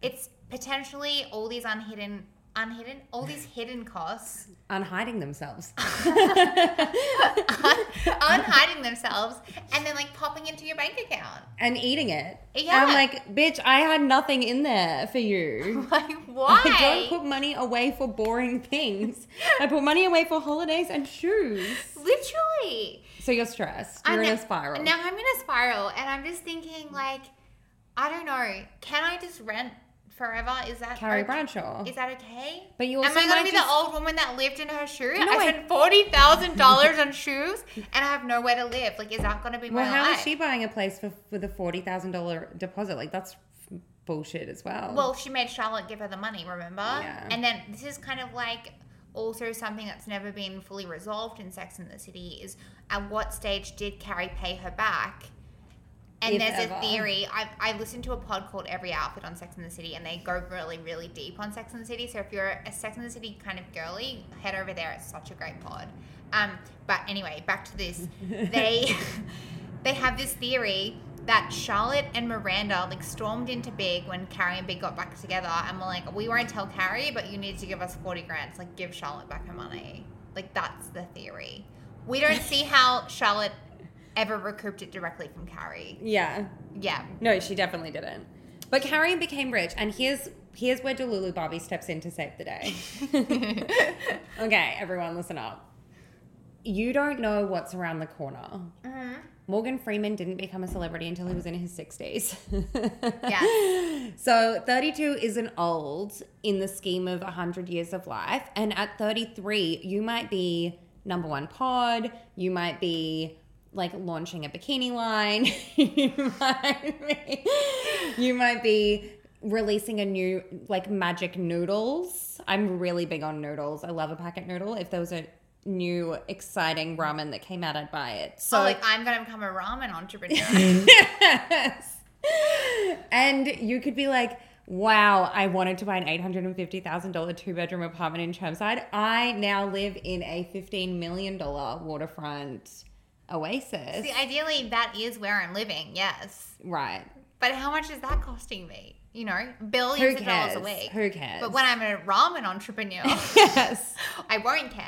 Speaker 2: It's potentially all these unhidden, unhidden, all these hidden costs,
Speaker 1: Unhiding themselves.
Speaker 2: unhiding themselves, and then like popping into your bank account.
Speaker 1: and eating it.
Speaker 2: Yeah.
Speaker 1: I'm like, bitch, I had nothing in there for you.
Speaker 2: Like why?
Speaker 1: I don't put money away for boring things. I put money away for holidays and shoes.
Speaker 2: Literally, Exactly.
Speaker 1: So you're stressed. You're
Speaker 2: I'm
Speaker 1: in a
Speaker 2: now-
Speaker 1: spiral.
Speaker 2: Now I'm in a spiral, and I'm just thinking, like, I don't know. Can I just rent forever? Is that
Speaker 1: Carrie
Speaker 2: okay?
Speaker 1: Bradshaw.
Speaker 2: Is that okay?
Speaker 1: But you
Speaker 2: Am
Speaker 1: also
Speaker 2: I gonna
Speaker 1: might
Speaker 2: be
Speaker 1: just-
Speaker 2: the old woman that lived in her shoe?
Speaker 1: No,
Speaker 2: I
Speaker 1: I-
Speaker 2: spent forty thousand dollars on shoes, and I have nowhere to live. Like, is that gonna be my
Speaker 1: Well, how is
Speaker 2: life?
Speaker 1: she buying a place for with a forty thousand dollar deposit? Like that's f- bullshit as well.
Speaker 2: Well, she made Charlotte give her the money, remember?
Speaker 1: Yeah.
Speaker 2: And then this is kind of like also something that's never been fully resolved in Sex and the City is at what stage did Carrie pay her back? And
Speaker 1: If
Speaker 2: there's
Speaker 1: ever.
Speaker 2: a theory. I I listened to a pod called Every Outfit on Sex and the City, and they go really, really deep on Sex and the City. So if you're a Sex and the City kind of girly, head over there. It's such a great pod. Um, but anyway, back to this. They they have this theory that Charlotte and Miranda like stormed into Big when Carrie and Big got back together, and were like, "We won't tell Carrie, but you need to give us forty grand. It's like give Charlotte back her money." Like that's the theory. We don't see how Charlotte ever recouped it directly from Carrie.
Speaker 1: yeah.
Speaker 2: Yeah.
Speaker 1: No, she definitely didn't. But Carrie became rich, and here's here's where Delulu Bobby steps in to save the day. okay, everyone, listen up. You don't know what's around the corner. Morgan Freeman didn't become a celebrity until he was in his sixties.
Speaker 2: Yes.
Speaker 1: So 32 isn't old in the scheme of 100 years of life. And at 33, you might be number one pod. You might be like launching a bikini line. you, might be, you might be releasing a new, like, magic noodles. I'm really big on noodles. I love a packet noodle. If there was a new exciting ramen that came out, I'd buy it. So,
Speaker 2: So like I'm gonna become a ramen entrepreneur.
Speaker 1: yes. And you could be like, wow, I wanted to buy an $850,000 two bedroom apartment in Chermside. I now live in a $15 million waterfront oasis.
Speaker 2: See, ideally that is where I'm living, yes.
Speaker 1: right.
Speaker 2: But how much is that costing me? You know,
Speaker 1: Who
Speaker 2: billions of dollars
Speaker 1: cares?
Speaker 2: a week.
Speaker 1: Who cares?
Speaker 2: But when I'm a ramen entrepreneur,
Speaker 1: yes.
Speaker 2: I won't care.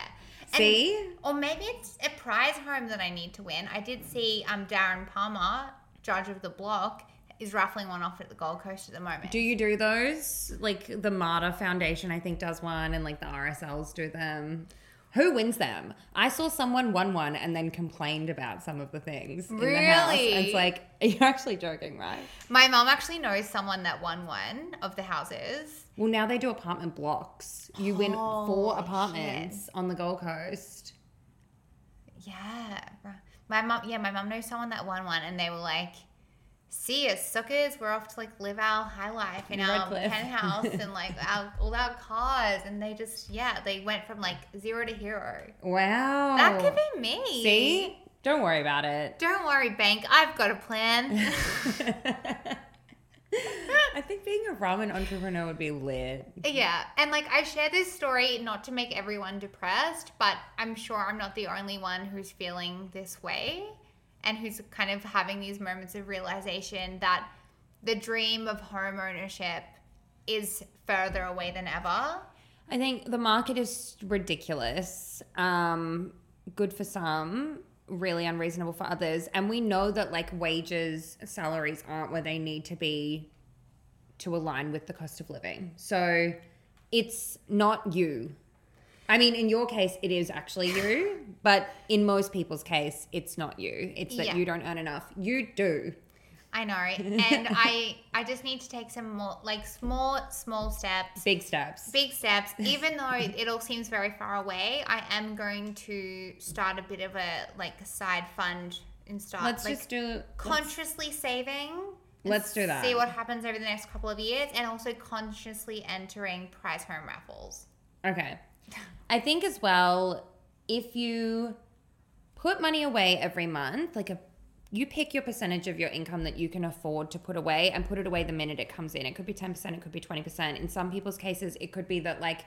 Speaker 2: And-
Speaker 1: See?
Speaker 2: or maybe it's a prize home that I need to win. I did see um Darren Palmer, judge of the block, is raffling one off at the Gold Coast at the moment.
Speaker 1: Do you do those? Like the Martyr Foundation, I think, does one, and like the RSLs do them. Who wins them? I saw someone won one and then complained about some of the things. In the house.
Speaker 2: Really?
Speaker 1: And It's like, you're actually joking, right?
Speaker 2: My mum actually knows someone that won one of the houses.
Speaker 1: Well, now they do apartment blocks. You win four
Speaker 2: Holy
Speaker 1: apartments on the Gold Coast.
Speaker 2: Yeah. right. My mum yeah, my mum knows someone that won one and they were like, see us suckers, we're off to like live our high life in our
Speaker 1: Redcliffe."
Speaker 2: penthouse and like our all our cars and they just yeah, they went from like zero to hero.
Speaker 1: Wow.
Speaker 2: That could be me.
Speaker 1: Oh. See? Don't worry about it.
Speaker 2: Don't worry, bank, I've got a plan.
Speaker 1: I think being a ramen entrepreneur would be lit.
Speaker 2: Yeah, and like I share this story not to make everyone depressed, but I'm sure I'm not the only one who's feeling this way and who's kind of having these moments of realization that the dream of home ownership is further away than ever.
Speaker 1: I think the market is ridiculous. Um, good for some, really unreasonable for others. And we know that like wages, salaries aren't where they need to be to align with the cost of living. So it's not you. I mean, in your case, it is actually you, but in most people's case, it's not you. It's that
Speaker 2: Yeah.
Speaker 1: you don't earn enough. You do.
Speaker 2: I know, and I I just need to take some more like small small steps
Speaker 1: Big steps.
Speaker 2: big steps even though it all seems very far away i am going to start a bit of a like a side fund and start
Speaker 1: Let's
Speaker 2: like
Speaker 1: just do.
Speaker 2: consciously saving and
Speaker 1: Let's do that.
Speaker 2: see what happens over the next couple of years and also consciously entering prize home raffles
Speaker 1: Okay. I think as well, if you put money away every month, like a you pick your percentage of your income that you can afford to put away and put it away the minute it comes in. It could be 10%, it could be 20%. In some people's cases, it could be that like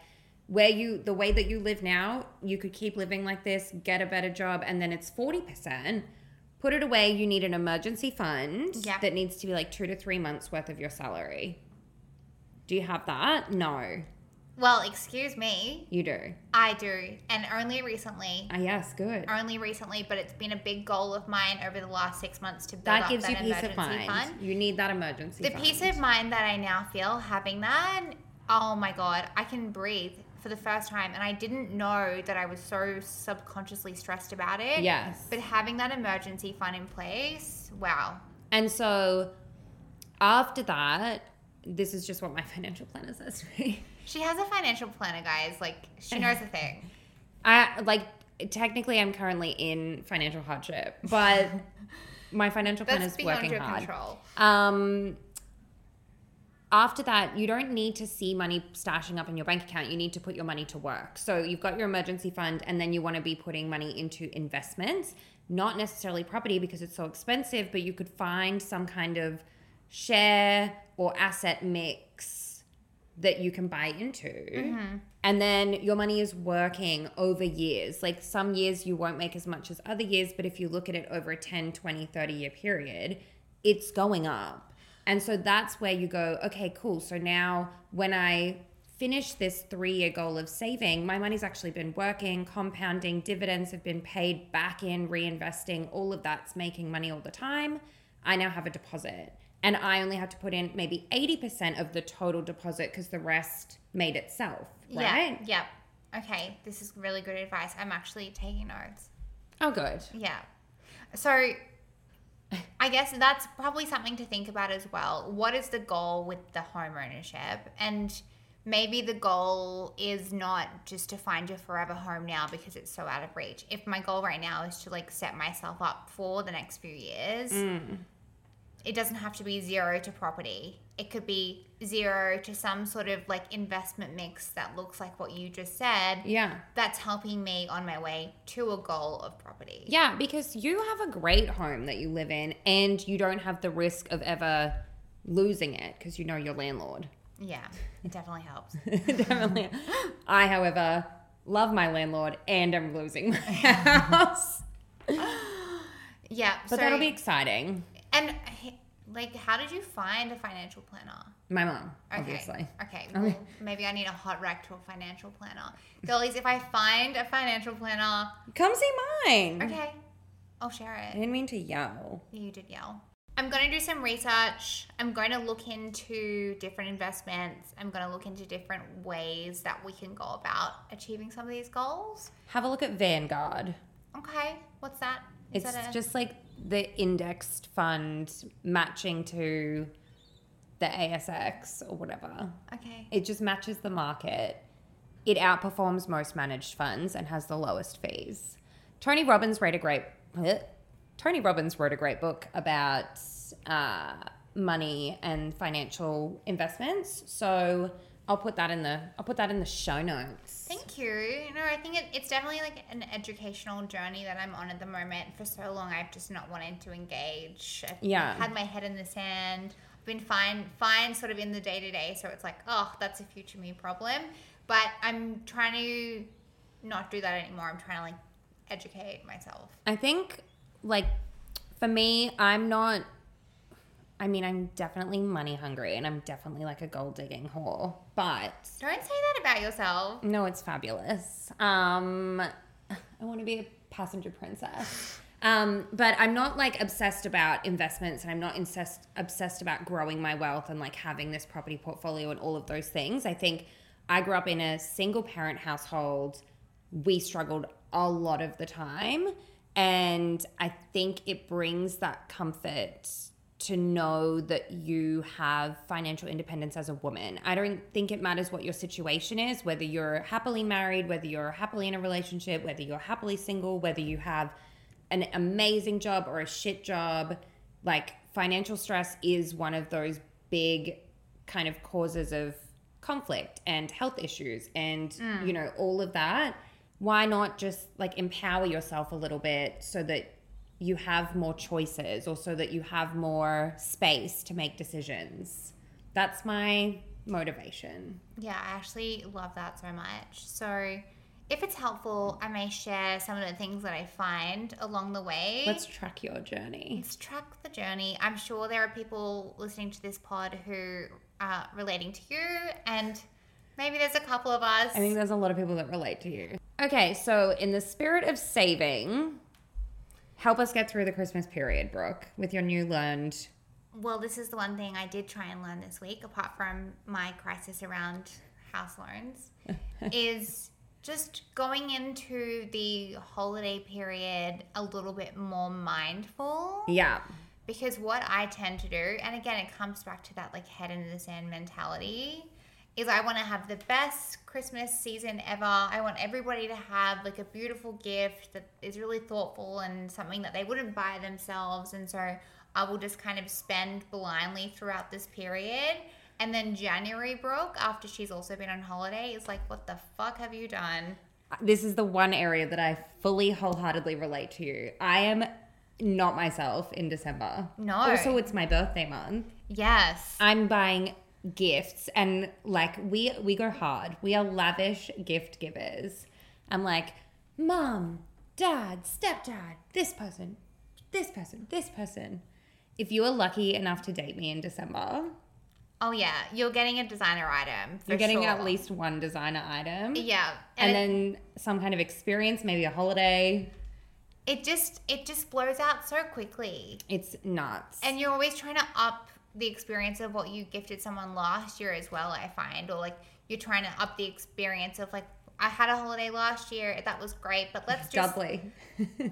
Speaker 1: where you the way that you live now, you could keep living like this, get a better job and then it's 40%. Put it away, you need an emergency fund
Speaker 2: Yeah.
Speaker 1: that needs to be like 2 to 3 months worth of your salary. Do you have that? No,
Speaker 2: well excuse me
Speaker 1: you do.
Speaker 2: i do and only recently
Speaker 1: Ah, yes, good.
Speaker 2: only recently but it's been a big goal of mine over the last six months to build
Speaker 1: That
Speaker 2: up
Speaker 1: gives
Speaker 2: that
Speaker 1: you peace
Speaker 2: emergency
Speaker 1: of mind.
Speaker 2: fund
Speaker 1: You need that emergency.
Speaker 2: the
Speaker 1: fund.
Speaker 2: peace of mind that I now feel having that, oh my god, I can breathe for the first time, and I didn't know that I was so subconsciously stressed about it.
Speaker 1: Yes.
Speaker 2: But having that emergency fund in place, wow.
Speaker 1: And so after that, this is just what my financial planner says to me.
Speaker 2: She has a financial planner, guys. Like, she knows a thing.
Speaker 1: I like technically I'm currently in financial hardship, but my financial
Speaker 2: That's
Speaker 1: planner's
Speaker 2: beyond
Speaker 1: working
Speaker 2: your
Speaker 1: hard.
Speaker 2: control.
Speaker 1: Um after that, you don't need to see money stashing up in your bank account. You need to put your money to work. So you've got your emergency fund, and then you want to be putting money into investments, not necessarily property because it's so expensive, but you could find some kind of share or asset mix that you can buy into. And then your money is working over years. Like some years you won't make as much as other years, but if you look at it over a 10, 20, 30 year period, it's going up. And so that's where you go, okay, cool. So now when I finish this three year goal of saving, my money's actually been working, compounding, dividends have been paid back in, reinvesting, all of that's making money all the time. I now have a deposit. And I only have to put in maybe 80% of the total deposit because the rest made itself. Right?
Speaker 2: Yeah. Yep. Okay. This is really good advice. I'm actually taking notes.
Speaker 1: Oh, good.
Speaker 2: Yeah. So I guess that's probably something to think about as well. What is the goal with the home ownership? And maybe the goal is not just to find your forever home now because it's so out of reach. If my goal right now is to like set myself up for the next few years, it doesn't have to be zero to property. It could be zero to some sort of like investment mix that looks like what you just said.
Speaker 1: Yeah.
Speaker 2: That's helping me on my way to a goal of property.
Speaker 1: Yeah, because you have a great home that you live in and you don't have the risk of ever losing it because you know your landlord.
Speaker 2: Yeah, it definitely helps.
Speaker 1: Definitely. I, however, love my landlord and I'm losing my house.
Speaker 2: Yeah,
Speaker 1: But
Speaker 2: so,
Speaker 1: that'll be exciting.
Speaker 2: and he- like, how did you find a financial planner?
Speaker 1: My mom,
Speaker 2: Okay.
Speaker 1: obviously.
Speaker 2: Okay. Well, maybe I need a hot rack to a financial planner. Girlies, if I find a financial planner,
Speaker 1: Come see mine.
Speaker 2: okay, I'll share
Speaker 1: I
Speaker 2: it.
Speaker 1: didn't mean to yell.
Speaker 2: Yeah, you did yell. I'm going to do some research. I'm going to look into different investments. I'm going to look into different ways that we can go about achieving some of these goals.
Speaker 1: Have a look at Vanguard.
Speaker 2: Okay, what's that? Is
Speaker 1: It's
Speaker 2: that a-
Speaker 1: just like the indexed fund matching to the ASX or whatever.
Speaker 2: okay.
Speaker 1: It just matches the market. It outperforms most managed funds and has the lowest fees. Tony Robbins wrote a great bleh. Tony Robbins wrote a great book about uh, money and financial investments. So I'll put that in the I'll put that in the show notes.
Speaker 2: Thank you. No, I think it, it's definitely like an educational journey that I'm on at the moment. For so long, I've just not wanted to engage. I've
Speaker 1: Yeah.
Speaker 2: had my head in the sand. I've been fine, fine, sort of in the day to day. So it's like, oh, that's a future me problem. But I'm trying to not do that anymore. I'm trying to like educate myself.
Speaker 1: I think, like, for me, I'm not. I mean, I'm definitely money hungry, and I'm definitely like a gold digging whore. But
Speaker 2: Don't say that about yourself.
Speaker 1: no, it's fabulous. Um, I want to be a passenger princess. Um, but I'm not like obsessed about investments and I'm not incest- obsessed about growing my wealth and like having this property portfolio and all of those things. I think I grew up in a single parent household. We struggled a lot of the time. And I think it brings that comfort to know that you have financial independence as a woman. I don't think it matters what your situation is, whether you're happily married, whether you're happily in a relationship, whether you're happily single, whether you have an amazing job or a shit job. Like, financial stress is one of those big kind of causes of conflict and health issues and, you know, all of that. Why not just like empower yourself a little bit so that you have more choices or so that you have more space to make decisions. That's my motivation.
Speaker 2: Yeah, I actually love that so much. So, if it's helpful, I may share some of the things that I find along the way.
Speaker 1: Let's track your journey.
Speaker 2: Let's track the journey. I'm sure there are people listening to this pod who are relating to you, and maybe there's a couple of us.
Speaker 1: I think there's a lot of people that relate to you. Okay, so in the spirit of saving, help us get through the Christmas period, Brooke, with your new learned.
Speaker 2: well, this is the one thing I did try and learn this week, apart from my crisis around house loans is just going into the holiday period a little bit more mindful
Speaker 1: Yeah.
Speaker 2: because what I tend to do, and again, it comes back to that like head in the sand mentality, is I want to have the best Christmas season ever. I want everybody to have like a beautiful gift that is really thoughtful and something that they wouldn't buy themselves. And so I will just kind of spend blindly throughout this period. And then January broke after she's also been on holiday is like, what the fuck have you done?
Speaker 1: This is the one area that I fully wholeheartedly relate to you. I am not myself in December.
Speaker 2: No.
Speaker 1: Also, it's my birthday month.
Speaker 2: Yes.
Speaker 1: I'm buying gifts and like we we go hard. We are lavish gift givers. I'm like, mom, dad, stepdad, this person, this person, this person. If you are lucky enough to date me in December,
Speaker 2: Oh, yeah. You're getting a designer item. for
Speaker 1: you're getting
Speaker 2: sure.
Speaker 1: at least one designer item.
Speaker 2: Yeah.
Speaker 1: And,
Speaker 2: it-
Speaker 1: then some kind of experience, maybe a holiday.
Speaker 2: it just it just blows out so quickly
Speaker 1: It's nuts.
Speaker 2: and you're always trying to up the experience of what you gifted someone last year as well i find or like you're trying to up the experience of like i had a holiday last year that was great but let's do
Speaker 1: Dudley.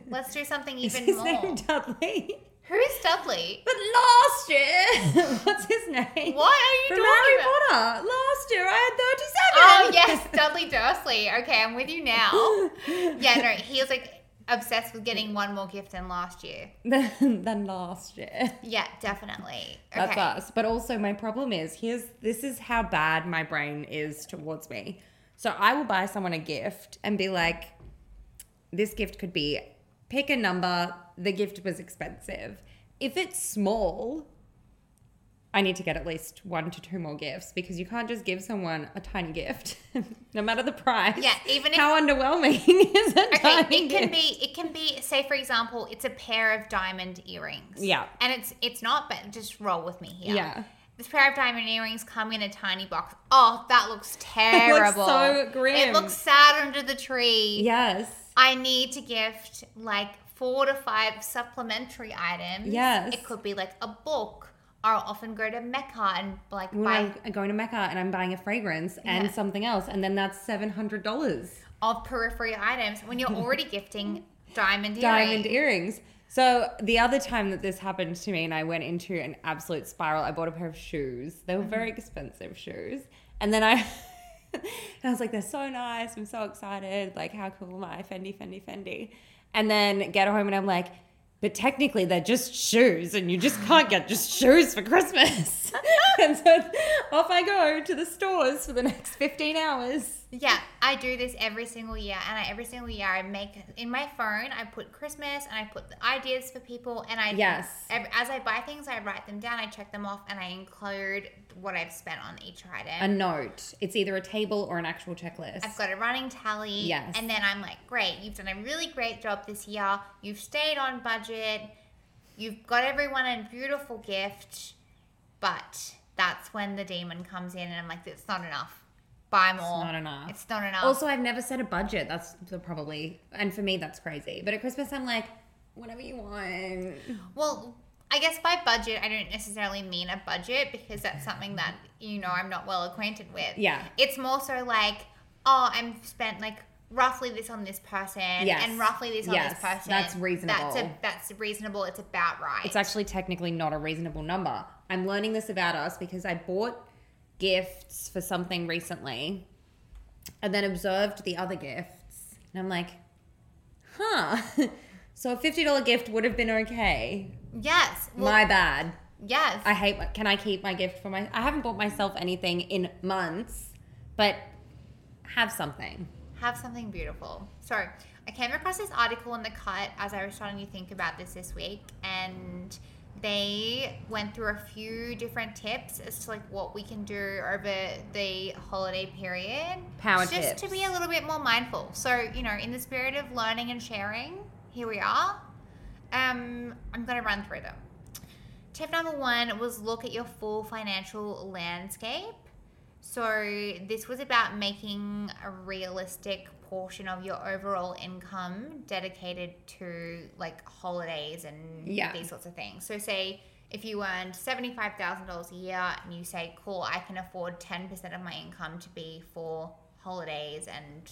Speaker 2: let's do something
Speaker 1: Is
Speaker 2: even
Speaker 1: his
Speaker 2: more
Speaker 1: name Dudley?
Speaker 2: who's dudley
Speaker 1: But last year, what's his name?
Speaker 2: what are
Speaker 1: From
Speaker 2: you
Speaker 1: Harry
Speaker 2: talking about
Speaker 1: Potter. Last year I
Speaker 2: oh
Speaker 1: had
Speaker 2: yes
Speaker 1: 37.
Speaker 2: dudley dursley okay i'm with you now yeah no he was like obsessed with getting one more gift than last year
Speaker 1: than, than last year.
Speaker 2: yeah definitely
Speaker 1: That's
Speaker 2: okay
Speaker 1: us. But also my problem is here's this is how bad my brain is towards me. So I will buy someone a gift and be like, this gift could be pick a number, the gift was expensive. If it's small, I need to get at least one to two more gifts because you can't just give someone a tiny gift, no matter the price.
Speaker 2: Yeah, even if-
Speaker 1: how underwhelming is a
Speaker 2: Okay,
Speaker 1: tiny
Speaker 2: it can
Speaker 1: gift?
Speaker 2: be it can be say for example, it's a pair of diamond earrings.
Speaker 1: Yeah.
Speaker 2: And it's it's not but just roll with me here.
Speaker 1: Yeah.
Speaker 2: This pair of diamond earrings come in a tiny box. Oh, that looks terrible.
Speaker 1: so grim.
Speaker 2: It looks sad under the tree.
Speaker 1: Yes.
Speaker 2: I need to gift like four to five supplementary items.
Speaker 1: Yes.
Speaker 2: It could be like a book. I'll often go to Mecca and like
Speaker 1: when
Speaker 2: buy
Speaker 1: I'm going to Mecca and I'm buying a fragrance and
Speaker 2: Yeah.
Speaker 1: something else, and then that's seven hundred dollars
Speaker 2: of periphery items when you're already gifting diamond earrings.
Speaker 1: diamond earrings. So the other time that this happened to me, and I went into an absolute spiral. I bought a pair of shoes. They were very expensive shoes, and then I. And I was like, they're so nice. I'm so excited. Like, how cool am I? Fendi, Fendi, Fendi. And then get home and I'm like, but technically they're just shoes and you just can't get just shoes for Christmas. and so off I go to the stores for the next 15 hours.
Speaker 2: Yeah, I do this every single year, and I, every single year I make in my phone. I put Christmas and I put the ideas for people, and I
Speaker 1: Yes.
Speaker 2: ev- as I buy things, I write them down, I check them off, and I include what I've spent on each item.
Speaker 1: a note. It's either a table or an actual checklist.
Speaker 2: I've got a running tally.
Speaker 1: Yes.
Speaker 2: And then I'm like, great, you've done a really great job this year. You've stayed on budget. You've got everyone a beautiful gift. But that's when the demon comes in, and I'm like, it's not enough. Buy more.
Speaker 1: not enough.
Speaker 2: It's not enough.
Speaker 1: also, I've never set a budget. That's the probably, and for me, that's crazy. But at Christmas, I'm like, whatever you want.
Speaker 2: Well, I guess by budget, I don't necessarily mean a budget because that's something that, you know, I'm not well acquainted with.
Speaker 1: Yeah.
Speaker 2: It's more so like, oh, I'm spent like roughly this on this person
Speaker 1: Yes.
Speaker 2: and roughly this on
Speaker 1: Yes,
Speaker 2: this person.
Speaker 1: that's
Speaker 2: That's, a,
Speaker 1: reasonable.
Speaker 2: that's reasonable. It's about right.
Speaker 1: It's actually technically not a reasonable number. I'm learning this about us because I bought gifts for something recently and then observed the other gifts. And I'm like, huh. so a $50 gift would have been okay.
Speaker 2: yes. Well,
Speaker 1: My bad.
Speaker 2: yes.
Speaker 1: I hate. my- Can I keep my gift for my? I haven't bought myself anything in months, but have something.
Speaker 2: Have something beautiful. Sorry, I came across this article in the cut as I was starting to think about this this week, and they went through a few different tips as to like what we can do over the holiday period.
Speaker 1: Power
Speaker 2: just to
Speaker 1: tips.
Speaker 2: be a little bit more mindful. So you know, in the spirit of learning and sharing, here we are. Um, I'm gonna run through them. Tip number one was look at your full financial landscape. So this was about making a realistic portion of your overall income dedicated to like holidays and
Speaker 1: Yeah.
Speaker 2: these sorts of things. So say If you earned $75,000 a year and you say, cool, I can afford 10% of my income to be for holidays and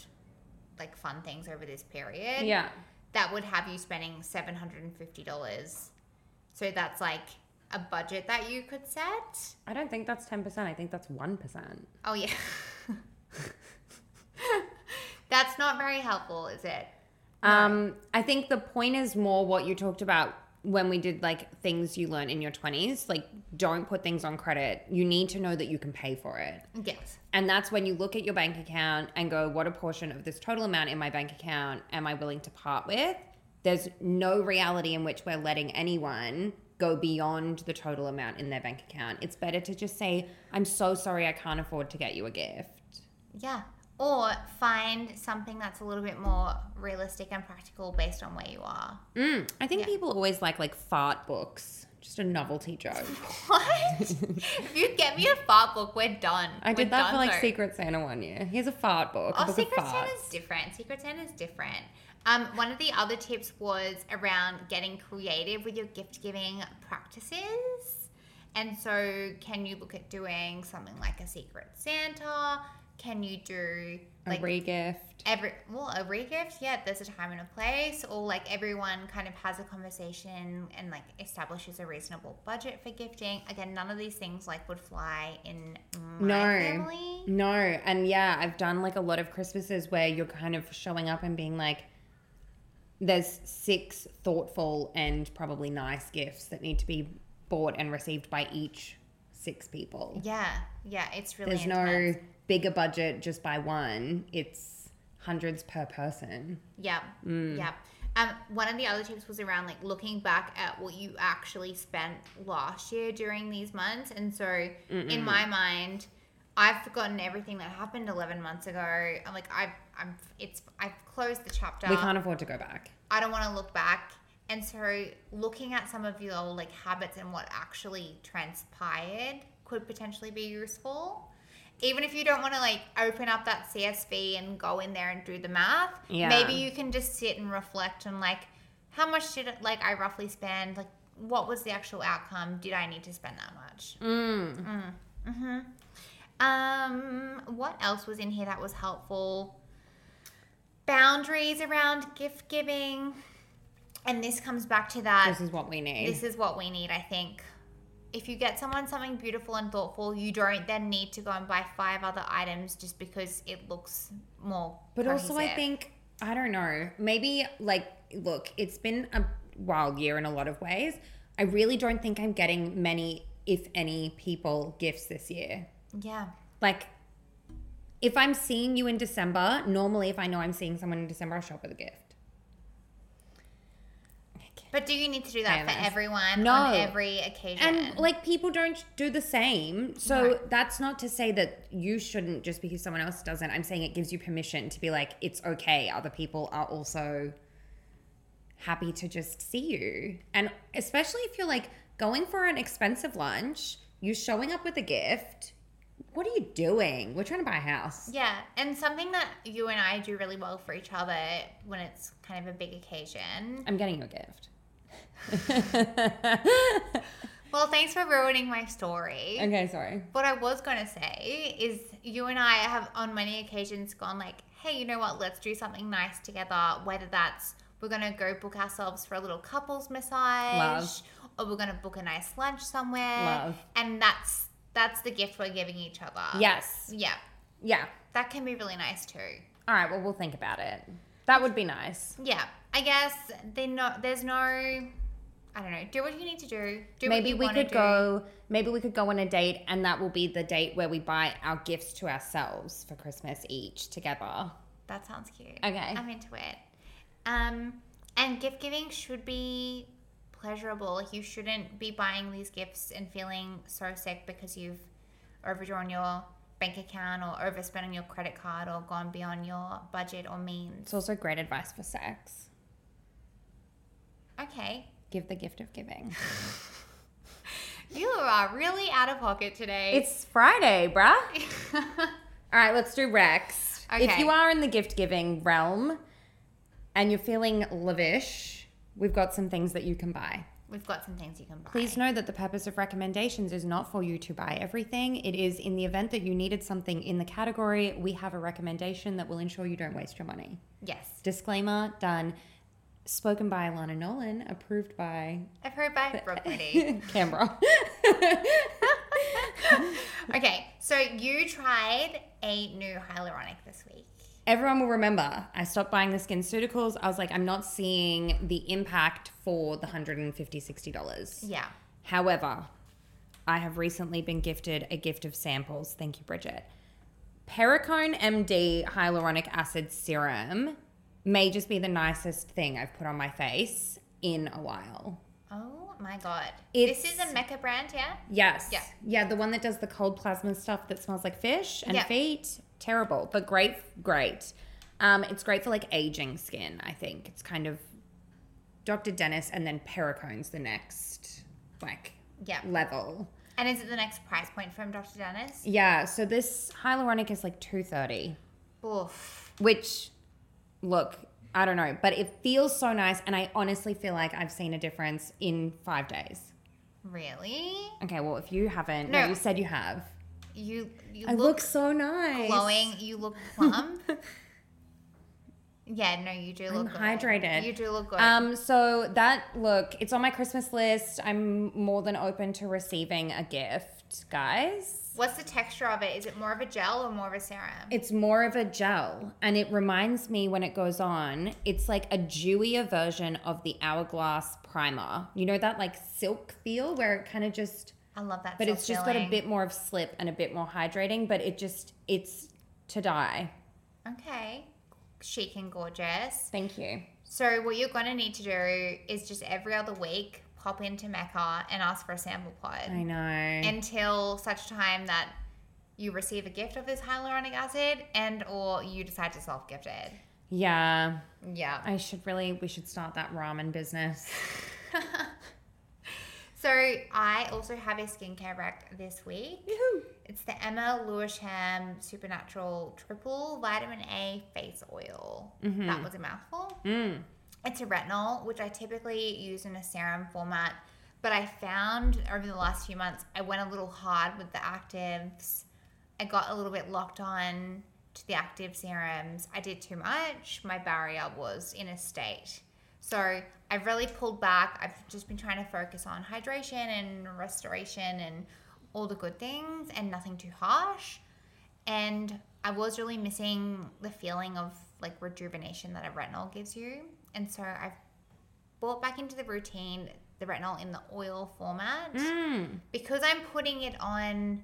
Speaker 2: like fun things over this period,
Speaker 1: Yeah.
Speaker 2: that would have you spending $750. So that's like a budget that you could set.
Speaker 1: I don't think that's 10%. I think that's 1%.
Speaker 2: Oh, yeah. that's not very helpful, is it?
Speaker 1: Um, I think the point is more what you talked about when we did like things you learn in your 20s. Like, don't put things on credit. You need to know that you can pay for it.
Speaker 2: Yes.
Speaker 1: And that's when you look at your bank account and go, what a portion of this total amount in my bank account am I willing to part with? There's no reality in which we're letting anyone go beyond the total amount in their bank account. It's better to just say, I'm so sorry, I can't afford to get you a gift.
Speaker 2: Yeah. Or find something that's a little bit more realistic and practical based on where you are.
Speaker 1: Mm, I think
Speaker 2: Yeah.
Speaker 1: people always like like fart books, just a novelty joke.
Speaker 2: What? if you get me a fart book, we're done.
Speaker 1: I
Speaker 2: We're
Speaker 1: did that for
Speaker 2: done,
Speaker 1: like
Speaker 2: though.
Speaker 1: Secret Santa one year. Here's a fart book. a
Speaker 2: Oh,
Speaker 1: book
Speaker 2: Secret
Speaker 1: of
Speaker 2: Santa
Speaker 1: farts.
Speaker 2: is different. Secret Santa is different. Um, one of the other tips was around getting creative with your gift giving practices. And so, can you look at doing something like a Secret Santa? Can you do like
Speaker 1: a re-gift.
Speaker 2: every well a regift yeah there's a time and a place or like everyone kind of has a conversation and like establishes a reasonable budget for gifting again none of these things like would fly in my
Speaker 1: No.
Speaker 2: family
Speaker 1: No, and yeah, I've done like a lot of Christmases where you're kind of showing up and being like, there's six thoughtful and probably nice gifts that need to be bought and received by each six people.
Speaker 2: yeah yeah it's really
Speaker 1: there's
Speaker 2: intense.
Speaker 1: no bigger budget just by one. It's hundreds per person.
Speaker 2: yeah
Speaker 1: Mm.
Speaker 2: yeah um, one of the other tips was around like looking back at what you actually spent last year during these months and so in my mind I've forgotten everything that happened 11 months ago. I'm like, I've, I'm, it's, I've closed the chapter.
Speaker 1: We can't afford to go back.
Speaker 2: I don't want to look back. And so looking at some of your like habits and what actually transpired could potentially be useful. Even if you don't want to like open up that CSV and go in there and do the math,
Speaker 1: Yeah.
Speaker 2: maybe you can just sit and reflect on like how much did it like I roughly spend? Like what was the actual outcome? Did I need to spend that much? Mm. Mm-hmm. Um, what else was in here that was helpful? Boundaries around gift giving. And this comes back to that.
Speaker 1: This is what we need.
Speaker 2: This is what we need, I think. If you get someone something beautiful and thoughtful, you don't then need to go and buy five other items just because it looks more.
Speaker 1: But also, I
Speaker 2: cohesive.
Speaker 1: think I don't know. Maybe like, look, it's been a wild year in a lot of ways. I really don't think I'm getting many, if any, people gifts this year.
Speaker 2: Yeah.
Speaker 1: Like, if I'm seeing you in December, normally if I know I'm seeing someone in December, I'll shop with a gift.
Speaker 2: But do you need to do that for
Speaker 1: Fairness.
Speaker 2: everyone
Speaker 1: No.
Speaker 2: on every occasion?
Speaker 1: And like people don't do the same. So
Speaker 2: Right.
Speaker 1: that's not to say that you shouldn't just because someone else doesn't. I'm saying it gives you permission to be like, it's okay. Other people are also happy to just see you. And especially if you're like going for an expensive lunch, you showing up with a gift. What are you doing? We're trying to buy a house.
Speaker 2: Yeah, and something that you and I do really well for each other when it's kind of a big occasion.
Speaker 1: I'm getting you a gift.
Speaker 2: Well, thanks for ruining my story.
Speaker 1: Okay, sorry.
Speaker 2: What I was going to say is you and I have on many occasions gone like, "Hey, you know what? Let's do something nice together." Whether that's we're going to go book ourselves for a little couples massage
Speaker 1: Love.
Speaker 2: or we're going to book a nice lunch somewhere.
Speaker 1: Love.
Speaker 2: And that's that's the gift we're giving each other.
Speaker 1: Yes.
Speaker 2: Yeah.
Speaker 1: Yeah.
Speaker 2: That can be really nice too.
Speaker 1: All right, well, we'll think about it. That would be nice.
Speaker 2: yeah, I guess they no, there's no, I don't know. Do what you need to do. Do what
Speaker 1: maybe
Speaker 2: you
Speaker 1: we
Speaker 2: wanna
Speaker 1: could
Speaker 2: do.
Speaker 1: go maybe we could go on a date and that will be the date where we buy our gifts to ourselves for christmas each together
Speaker 2: That sounds cute.
Speaker 1: Okay.
Speaker 2: I'm into it. Um, and gift giving should be pleasurable. Like you shouldn't be buying these gifts and feeling so sick because you've overdrawn your bank account or overspent on your credit card or gone beyond your budget or means.
Speaker 1: it's also great advice for sex
Speaker 2: Okay.
Speaker 1: give the gift of giving
Speaker 2: You are really out of pocket today.
Speaker 1: it's friday bruh all
Speaker 2: It's
Speaker 1: right let's do rex if
Speaker 2: Okay.
Speaker 1: you are in the gift giving realm and you're feeling lavish we've got some things that you can buy
Speaker 2: We've got some things you can buy.
Speaker 1: Please know that the purpose of recommendations is not for you to buy everything. It is in the event that you needed something in the category, we have a recommendation that will ensure you don't waste your money.
Speaker 2: Yes.
Speaker 1: Disclaimer done. Spoken by Alana Nolan, approved by
Speaker 2: I've heard by Brooklyn.
Speaker 1: Canberra.
Speaker 2: okay, so you tried a new hyaluronic this week.
Speaker 1: Everyone will remember I stopped buying the SkinCeuticals. I was like, I'm not seeing the impact for the $150, $60.
Speaker 2: Yeah.
Speaker 1: However, I have recently been gifted a gift of samples. Thank you, Bridget. Pericone MD hyaluronic acid serum may just be the nicest thing I've put on my face in a while.
Speaker 2: Oh my god. this is
Speaker 1: It's-
Speaker 2: a Mecca brand, yeah?
Speaker 1: Yes.
Speaker 2: Yeah.
Speaker 1: Yeah, the one that does the cold plasma stuff that smells like fish and
Speaker 2: Yeah.
Speaker 1: feet. Terrible, but great, great. Um, it's great for like aging skin, I think. It's kind of Dr. Dennis and then Pericone's the next like
Speaker 2: Yeah.
Speaker 1: level.
Speaker 2: And is it the next price point from Dr. Dennis?
Speaker 1: Yeah, so this hyaluronic is like 230,
Speaker 2: Oof.
Speaker 1: which look, I don't know, but it feels so nice and I honestly feel like I've seen a difference in 5 days.
Speaker 2: Really?
Speaker 1: Okay, well, if you haven't,
Speaker 2: No.
Speaker 1: no, you said you have.
Speaker 2: You you
Speaker 1: I look,
Speaker 2: look,
Speaker 1: so nice.
Speaker 2: glowing, you look plump. yeah, no, you do
Speaker 1: I'm
Speaker 2: look good.
Speaker 1: hydrated.
Speaker 2: You do look good.
Speaker 1: Um, so that look, it's on my Christmas list. I'm more than open to receiving a gift, guys.
Speaker 2: What's the texture of it? Is it more of a gel or more of a serum?
Speaker 1: It's more of a gel, and it reminds me when it goes on, it's like a dewier version of the Hourglass primer. You know that like silk feel where it kind of just,
Speaker 2: I love that.
Speaker 1: but it's just got a
Speaker 2: self-filling.
Speaker 1: bit more of slip and a bit more hydrating, but it just, it's to die.
Speaker 2: Okay. Chic and gorgeous.
Speaker 1: Thank you.
Speaker 2: So what you're gonna need to do is just every other week pop into Mecca and ask for a sample pod
Speaker 1: I know.
Speaker 2: until such time that you receive a gift of this hyaluronic acid and or you decide to self gift it.
Speaker 1: yeah,
Speaker 2: Yeah.
Speaker 1: I should really, we should start that ramen business.
Speaker 2: So I also have a skincare rec this week. It's the Emma Lewisham Supernatural Triple Vitamin A Face Oil. That was a mouthful.
Speaker 1: Mm.
Speaker 2: It's a retinol, which I typically use in a serum format, but I found over the last few months I went a little hard with the actives. I got a little bit locked on to the active serums. I did too much. My barrier was in a state. So I've really pulled back. I've just been trying to focus on hydration and restoration and all the good things and nothing too harsh and I was really missing the feeling of like rejuvenation that a retinol gives you. And so I've brought back into the routine the retinol in the oil format
Speaker 1: Mm.
Speaker 2: because I'm putting it on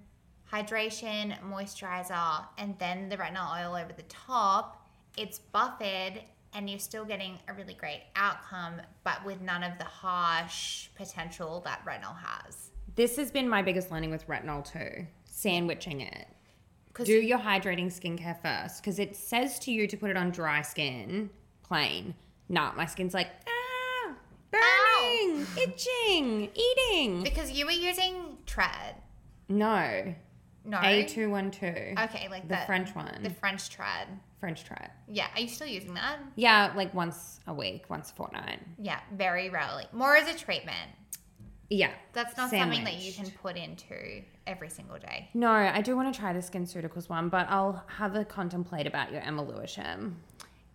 Speaker 2: hydration, moisturizer, and then the retinol oil over the top. It's buffered and you're still getting a really great outcome, but with none of the harsh potential that retinol has.
Speaker 1: This has been my biggest learning with retinol too, sandwiching it.
Speaker 2: 'Cause-
Speaker 1: Do your hydrating skincare first because it says to you to put it on dry skin, plain. Nah, my skin's like, ah, burning,
Speaker 2: Ow.
Speaker 1: itching, eating.
Speaker 2: Because you were using Tread.
Speaker 1: No,
Speaker 2: No.
Speaker 1: A212,
Speaker 2: Okay, like
Speaker 1: the
Speaker 2: that.
Speaker 1: French one,
Speaker 2: The French tread.
Speaker 1: French try.
Speaker 2: Yeah. Are you still using that?
Speaker 1: Yeah, like once a week, once a fortnight.
Speaker 2: Yeah, very rarely. More as a treatment.
Speaker 1: Yeah.
Speaker 2: That's not something that you can
Speaker 1: Sandwiched.
Speaker 2: put into every single day.
Speaker 1: No, I do want to try the SkinCeuticals one, but I'll have a contemplate about your Emma Lewisham.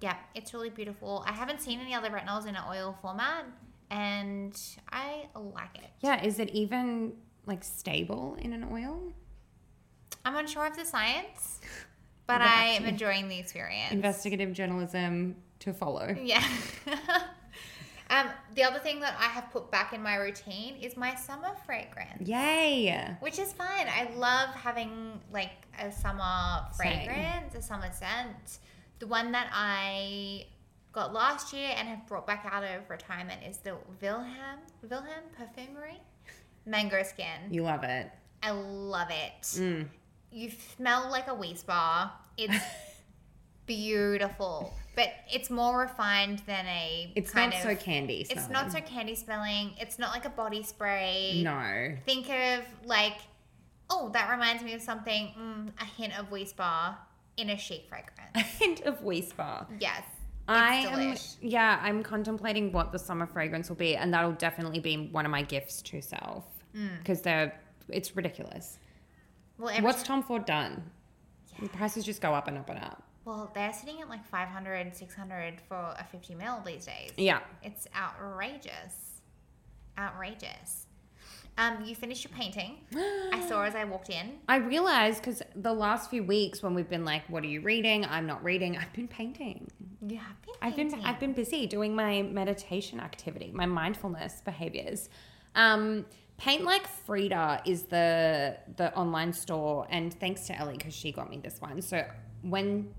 Speaker 2: Yeah, it's really beautiful. I haven't seen any other retinols in an oil format, and I like it.
Speaker 1: Yeah, is it even like stable in an oil?
Speaker 2: I'm unsure of the science, but
Speaker 1: Well,
Speaker 2: I am
Speaker 1: actually-
Speaker 2: enjoying the experience.
Speaker 1: Investigative journalism to follow.
Speaker 2: Yeah. um, the other thing that I have put back in my routine is my summer fragrance.
Speaker 1: Yay!
Speaker 2: Which is fine. I love having like a summer
Speaker 1: Same.
Speaker 2: fragrance, a summer scent. The one that I got last year and have brought back out of retirement is the Wilhelm Wilhelm Perfumery Mango Skin.
Speaker 1: You love it.
Speaker 2: I love it.
Speaker 1: Mm.
Speaker 2: You smell like a wee spa. It's beautiful, but it's more refined than a.
Speaker 1: It's
Speaker 2: kind
Speaker 1: not
Speaker 2: of,
Speaker 1: so candy.
Speaker 2: It's not so candy smelling. It's not like a body spray
Speaker 1: No.
Speaker 2: think of like, oh, that reminds me of something, mm, a hint of Wee Spa in a chic fragrance.
Speaker 1: A hint of Wee Spa.
Speaker 2: Yes.
Speaker 1: I am,
Speaker 2: delish.
Speaker 1: yeah, I'm contemplating what the summer fragrance will be, and that'll definitely be one of my gifts to self because they're it's ridiculous.
Speaker 2: Well, Mm. every
Speaker 1: What's Tom Ford done? The prices just go up and up and up.
Speaker 2: well, they're sitting at like 500, 600 for a 50 mil these days.
Speaker 1: Yeah,
Speaker 2: It's outrageous. Outrageous. Um, you finished your painting. I saw as I walked in.
Speaker 1: I realized because the last few weeks when we've been like, "What are you reading?" I'm not reading. I've been painting.
Speaker 2: You have been
Speaker 1: I've
Speaker 2: painting.
Speaker 1: been I've been busy doing my meditation activity, my mindfulness behaviors. Um, Paint Like Frida is the the online store, and thanks to Ellie because she got me this one. So when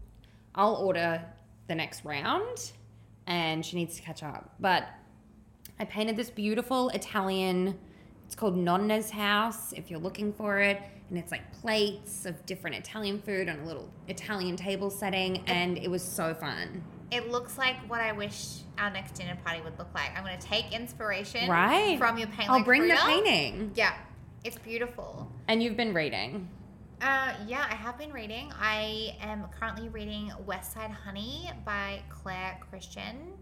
Speaker 1: I'll order the next round, and she needs to catch up. But I painted this beautiful Italian. It's called Nonna's House, if you're looking for it, and it's like plates of different Italian food on a little Italian table setting, and it was so fun.
Speaker 2: It looks like what I wish our next dinner party would look like. I'm going to take inspiration
Speaker 1: Right.
Speaker 2: from your paint.
Speaker 1: I'll
Speaker 2: like
Speaker 1: bring the
Speaker 2: Frida.
Speaker 1: painting.
Speaker 2: Yeah, it's beautiful.
Speaker 1: And you've been reading.
Speaker 2: Uh, yeah, I have been reading. I am currently reading West Side Honey by Claire Christian.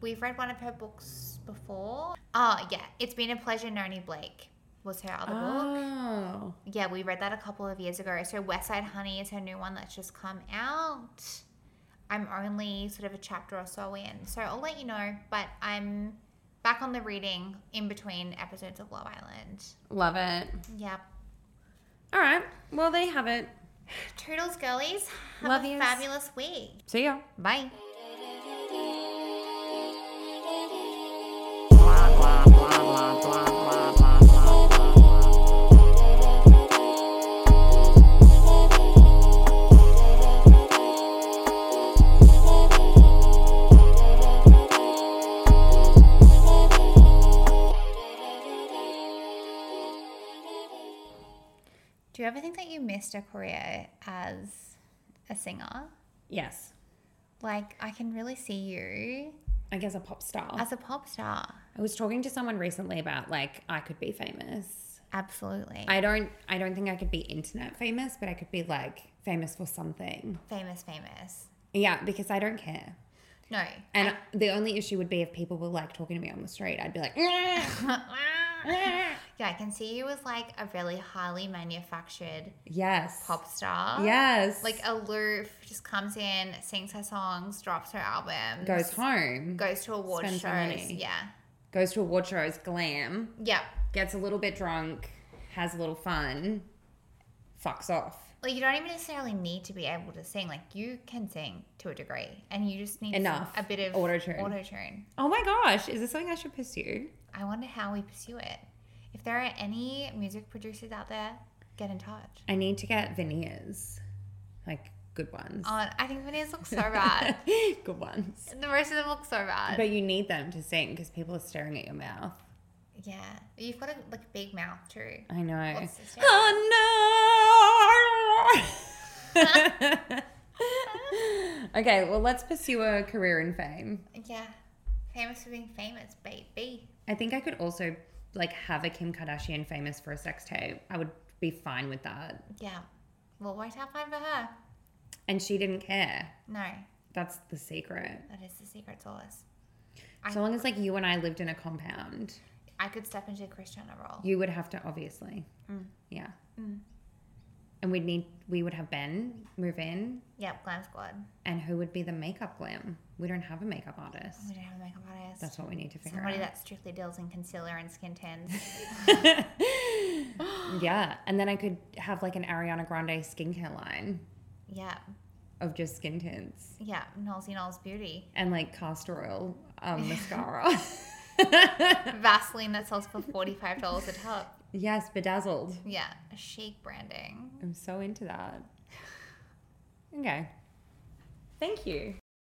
Speaker 2: We've read one of her books before. Oh, yeah. It's Been a Pleasure, Noni Blake was her other book.
Speaker 1: Oh.
Speaker 2: Yeah, we read that a couple of years ago. So West Side Honey is her new one that's just come out. I'm only sort of a chapter or so in, so I'll let you know. But I'm back on the reading in between episodes of Love Island.
Speaker 1: Love it.
Speaker 2: Yeah.
Speaker 1: All right. Well, they have it.
Speaker 2: Toodles, girlies. Have
Speaker 1: Love
Speaker 2: a
Speaker 1: yous.
Speaker 2: fabulous week.
Speaker 1: See ya.
Speaker 2: Bye. Do you ever think that you missed a career as a singer?
Speaker 1: Yes.
Speaker 2: Like, I can really see you
Speaker 1: I guess a pop star.
Speaker 2: as a pop star.
Speaker 1: I was talking to someone recently about like I could be famous.
Speaker 2: Absolutely.
Speaker 1: I don't I don't think I could be internet famous, but I could be like famous for something.
Speaker 2: famous, famous.
Speaker 1: Yeah, because I don't care.
Speaker 2: No.
Speaker 1: And the only issue would be if people were like talking to me on the street, I'd be like, "Ah,
Speaker 2: yeah, I can see you as like a really highly manufactured
Speaker 1: yes.
Speaker 2: pop star.
Speaker 1: Yes.
Speaker 2: Like aloof, just comes in, sings her songs, drops her album,
Speaker 1: goes home,
Speaker 2: goes to award
Speaker 1: spends
Speaker 2: shows.
Speaker 1: her money.
Speaker 2: Yeah.
Speaker 1: goes to award shows, glam,
Speaker 2: Yeah.
Speaker 1: gets a little bit drunk, has a little fun, fucks off.
Speaker 2: Like you don't even necessarily need to be able to sing. Like you can sing to a degree, and you just need some-
Speaker 1: Enough.
Speaker 2: a bit of
Speaker 1: Auto-tune.
Speaker 2: Auto tune.
Speaker 1: Oh my gosh, is this something I should pursue?
Speaker 2: I wonder how we pursue it. If there are any music producers out there, get in touch.
Speaker 1: I need to get veneers, like good ones.
Speaker 2: On, Oh, I think veneers look so bad.
Speaker 1: good ones.
Speaker 2: the rest of them look so bad.
Speaker 1: But you need them to sing because people are staring at your mouth.
Speaker 2: yeah, you've got a like big mouth too.
Speaker 1: I know.
Speaker 2: What's this now?
Speaker 1: Oh no! okay, well, let's pursue a career in fame.
Speaker 2: Yeah, famous for being famous, baby.
Speaker 1: I think I could also like have a Kim Kardashian famous for a sex tape. I would be fine with that.
Speaker 2: Yeah, well, worked out fine for her.
Speaker 1: And she didn't care.
Speaker 2: No,
Speaker 1: That's the secret.
Speaker 2: that is the secret sauce. I-
Speaker 1: So long as like you and I lived in a compound,
Speaker 2: I could step into a Christiana role.
Speaker 1: you would have to obviously.
Speaker 2: Mm.
Speaker 1: Yeah. And we'd need we would have Ben move in
Speaker 2: Yep, glam squad.
Speaker 1: and who would be the makeup glam? We don't have a makeup artist.
Speaker 2: We don't have a makeup artist.
Speaker 1: That's what we need to figure
Speaker 2: Somebody
Speaker 1: out.
Speaker 2: that strictly deals in concealer and skin tins.
Speaker 1: yeah. And then I could have like an Ariana Grande skincare line
Speaker 2: yeah,
Speaker 1: of just skin tints.
Speaker 2: yeah, Nolsey Knowles Beauty.
Speaker 1: and like castor oil um, mascara.
Speaker 2: Vaseline that sells for $45 a tub.
Speaker 1: yes, bedazzled.
Speaker 2: Yeah, chic branding.
Speaker 1: I'm so into that. Okay. Thank you.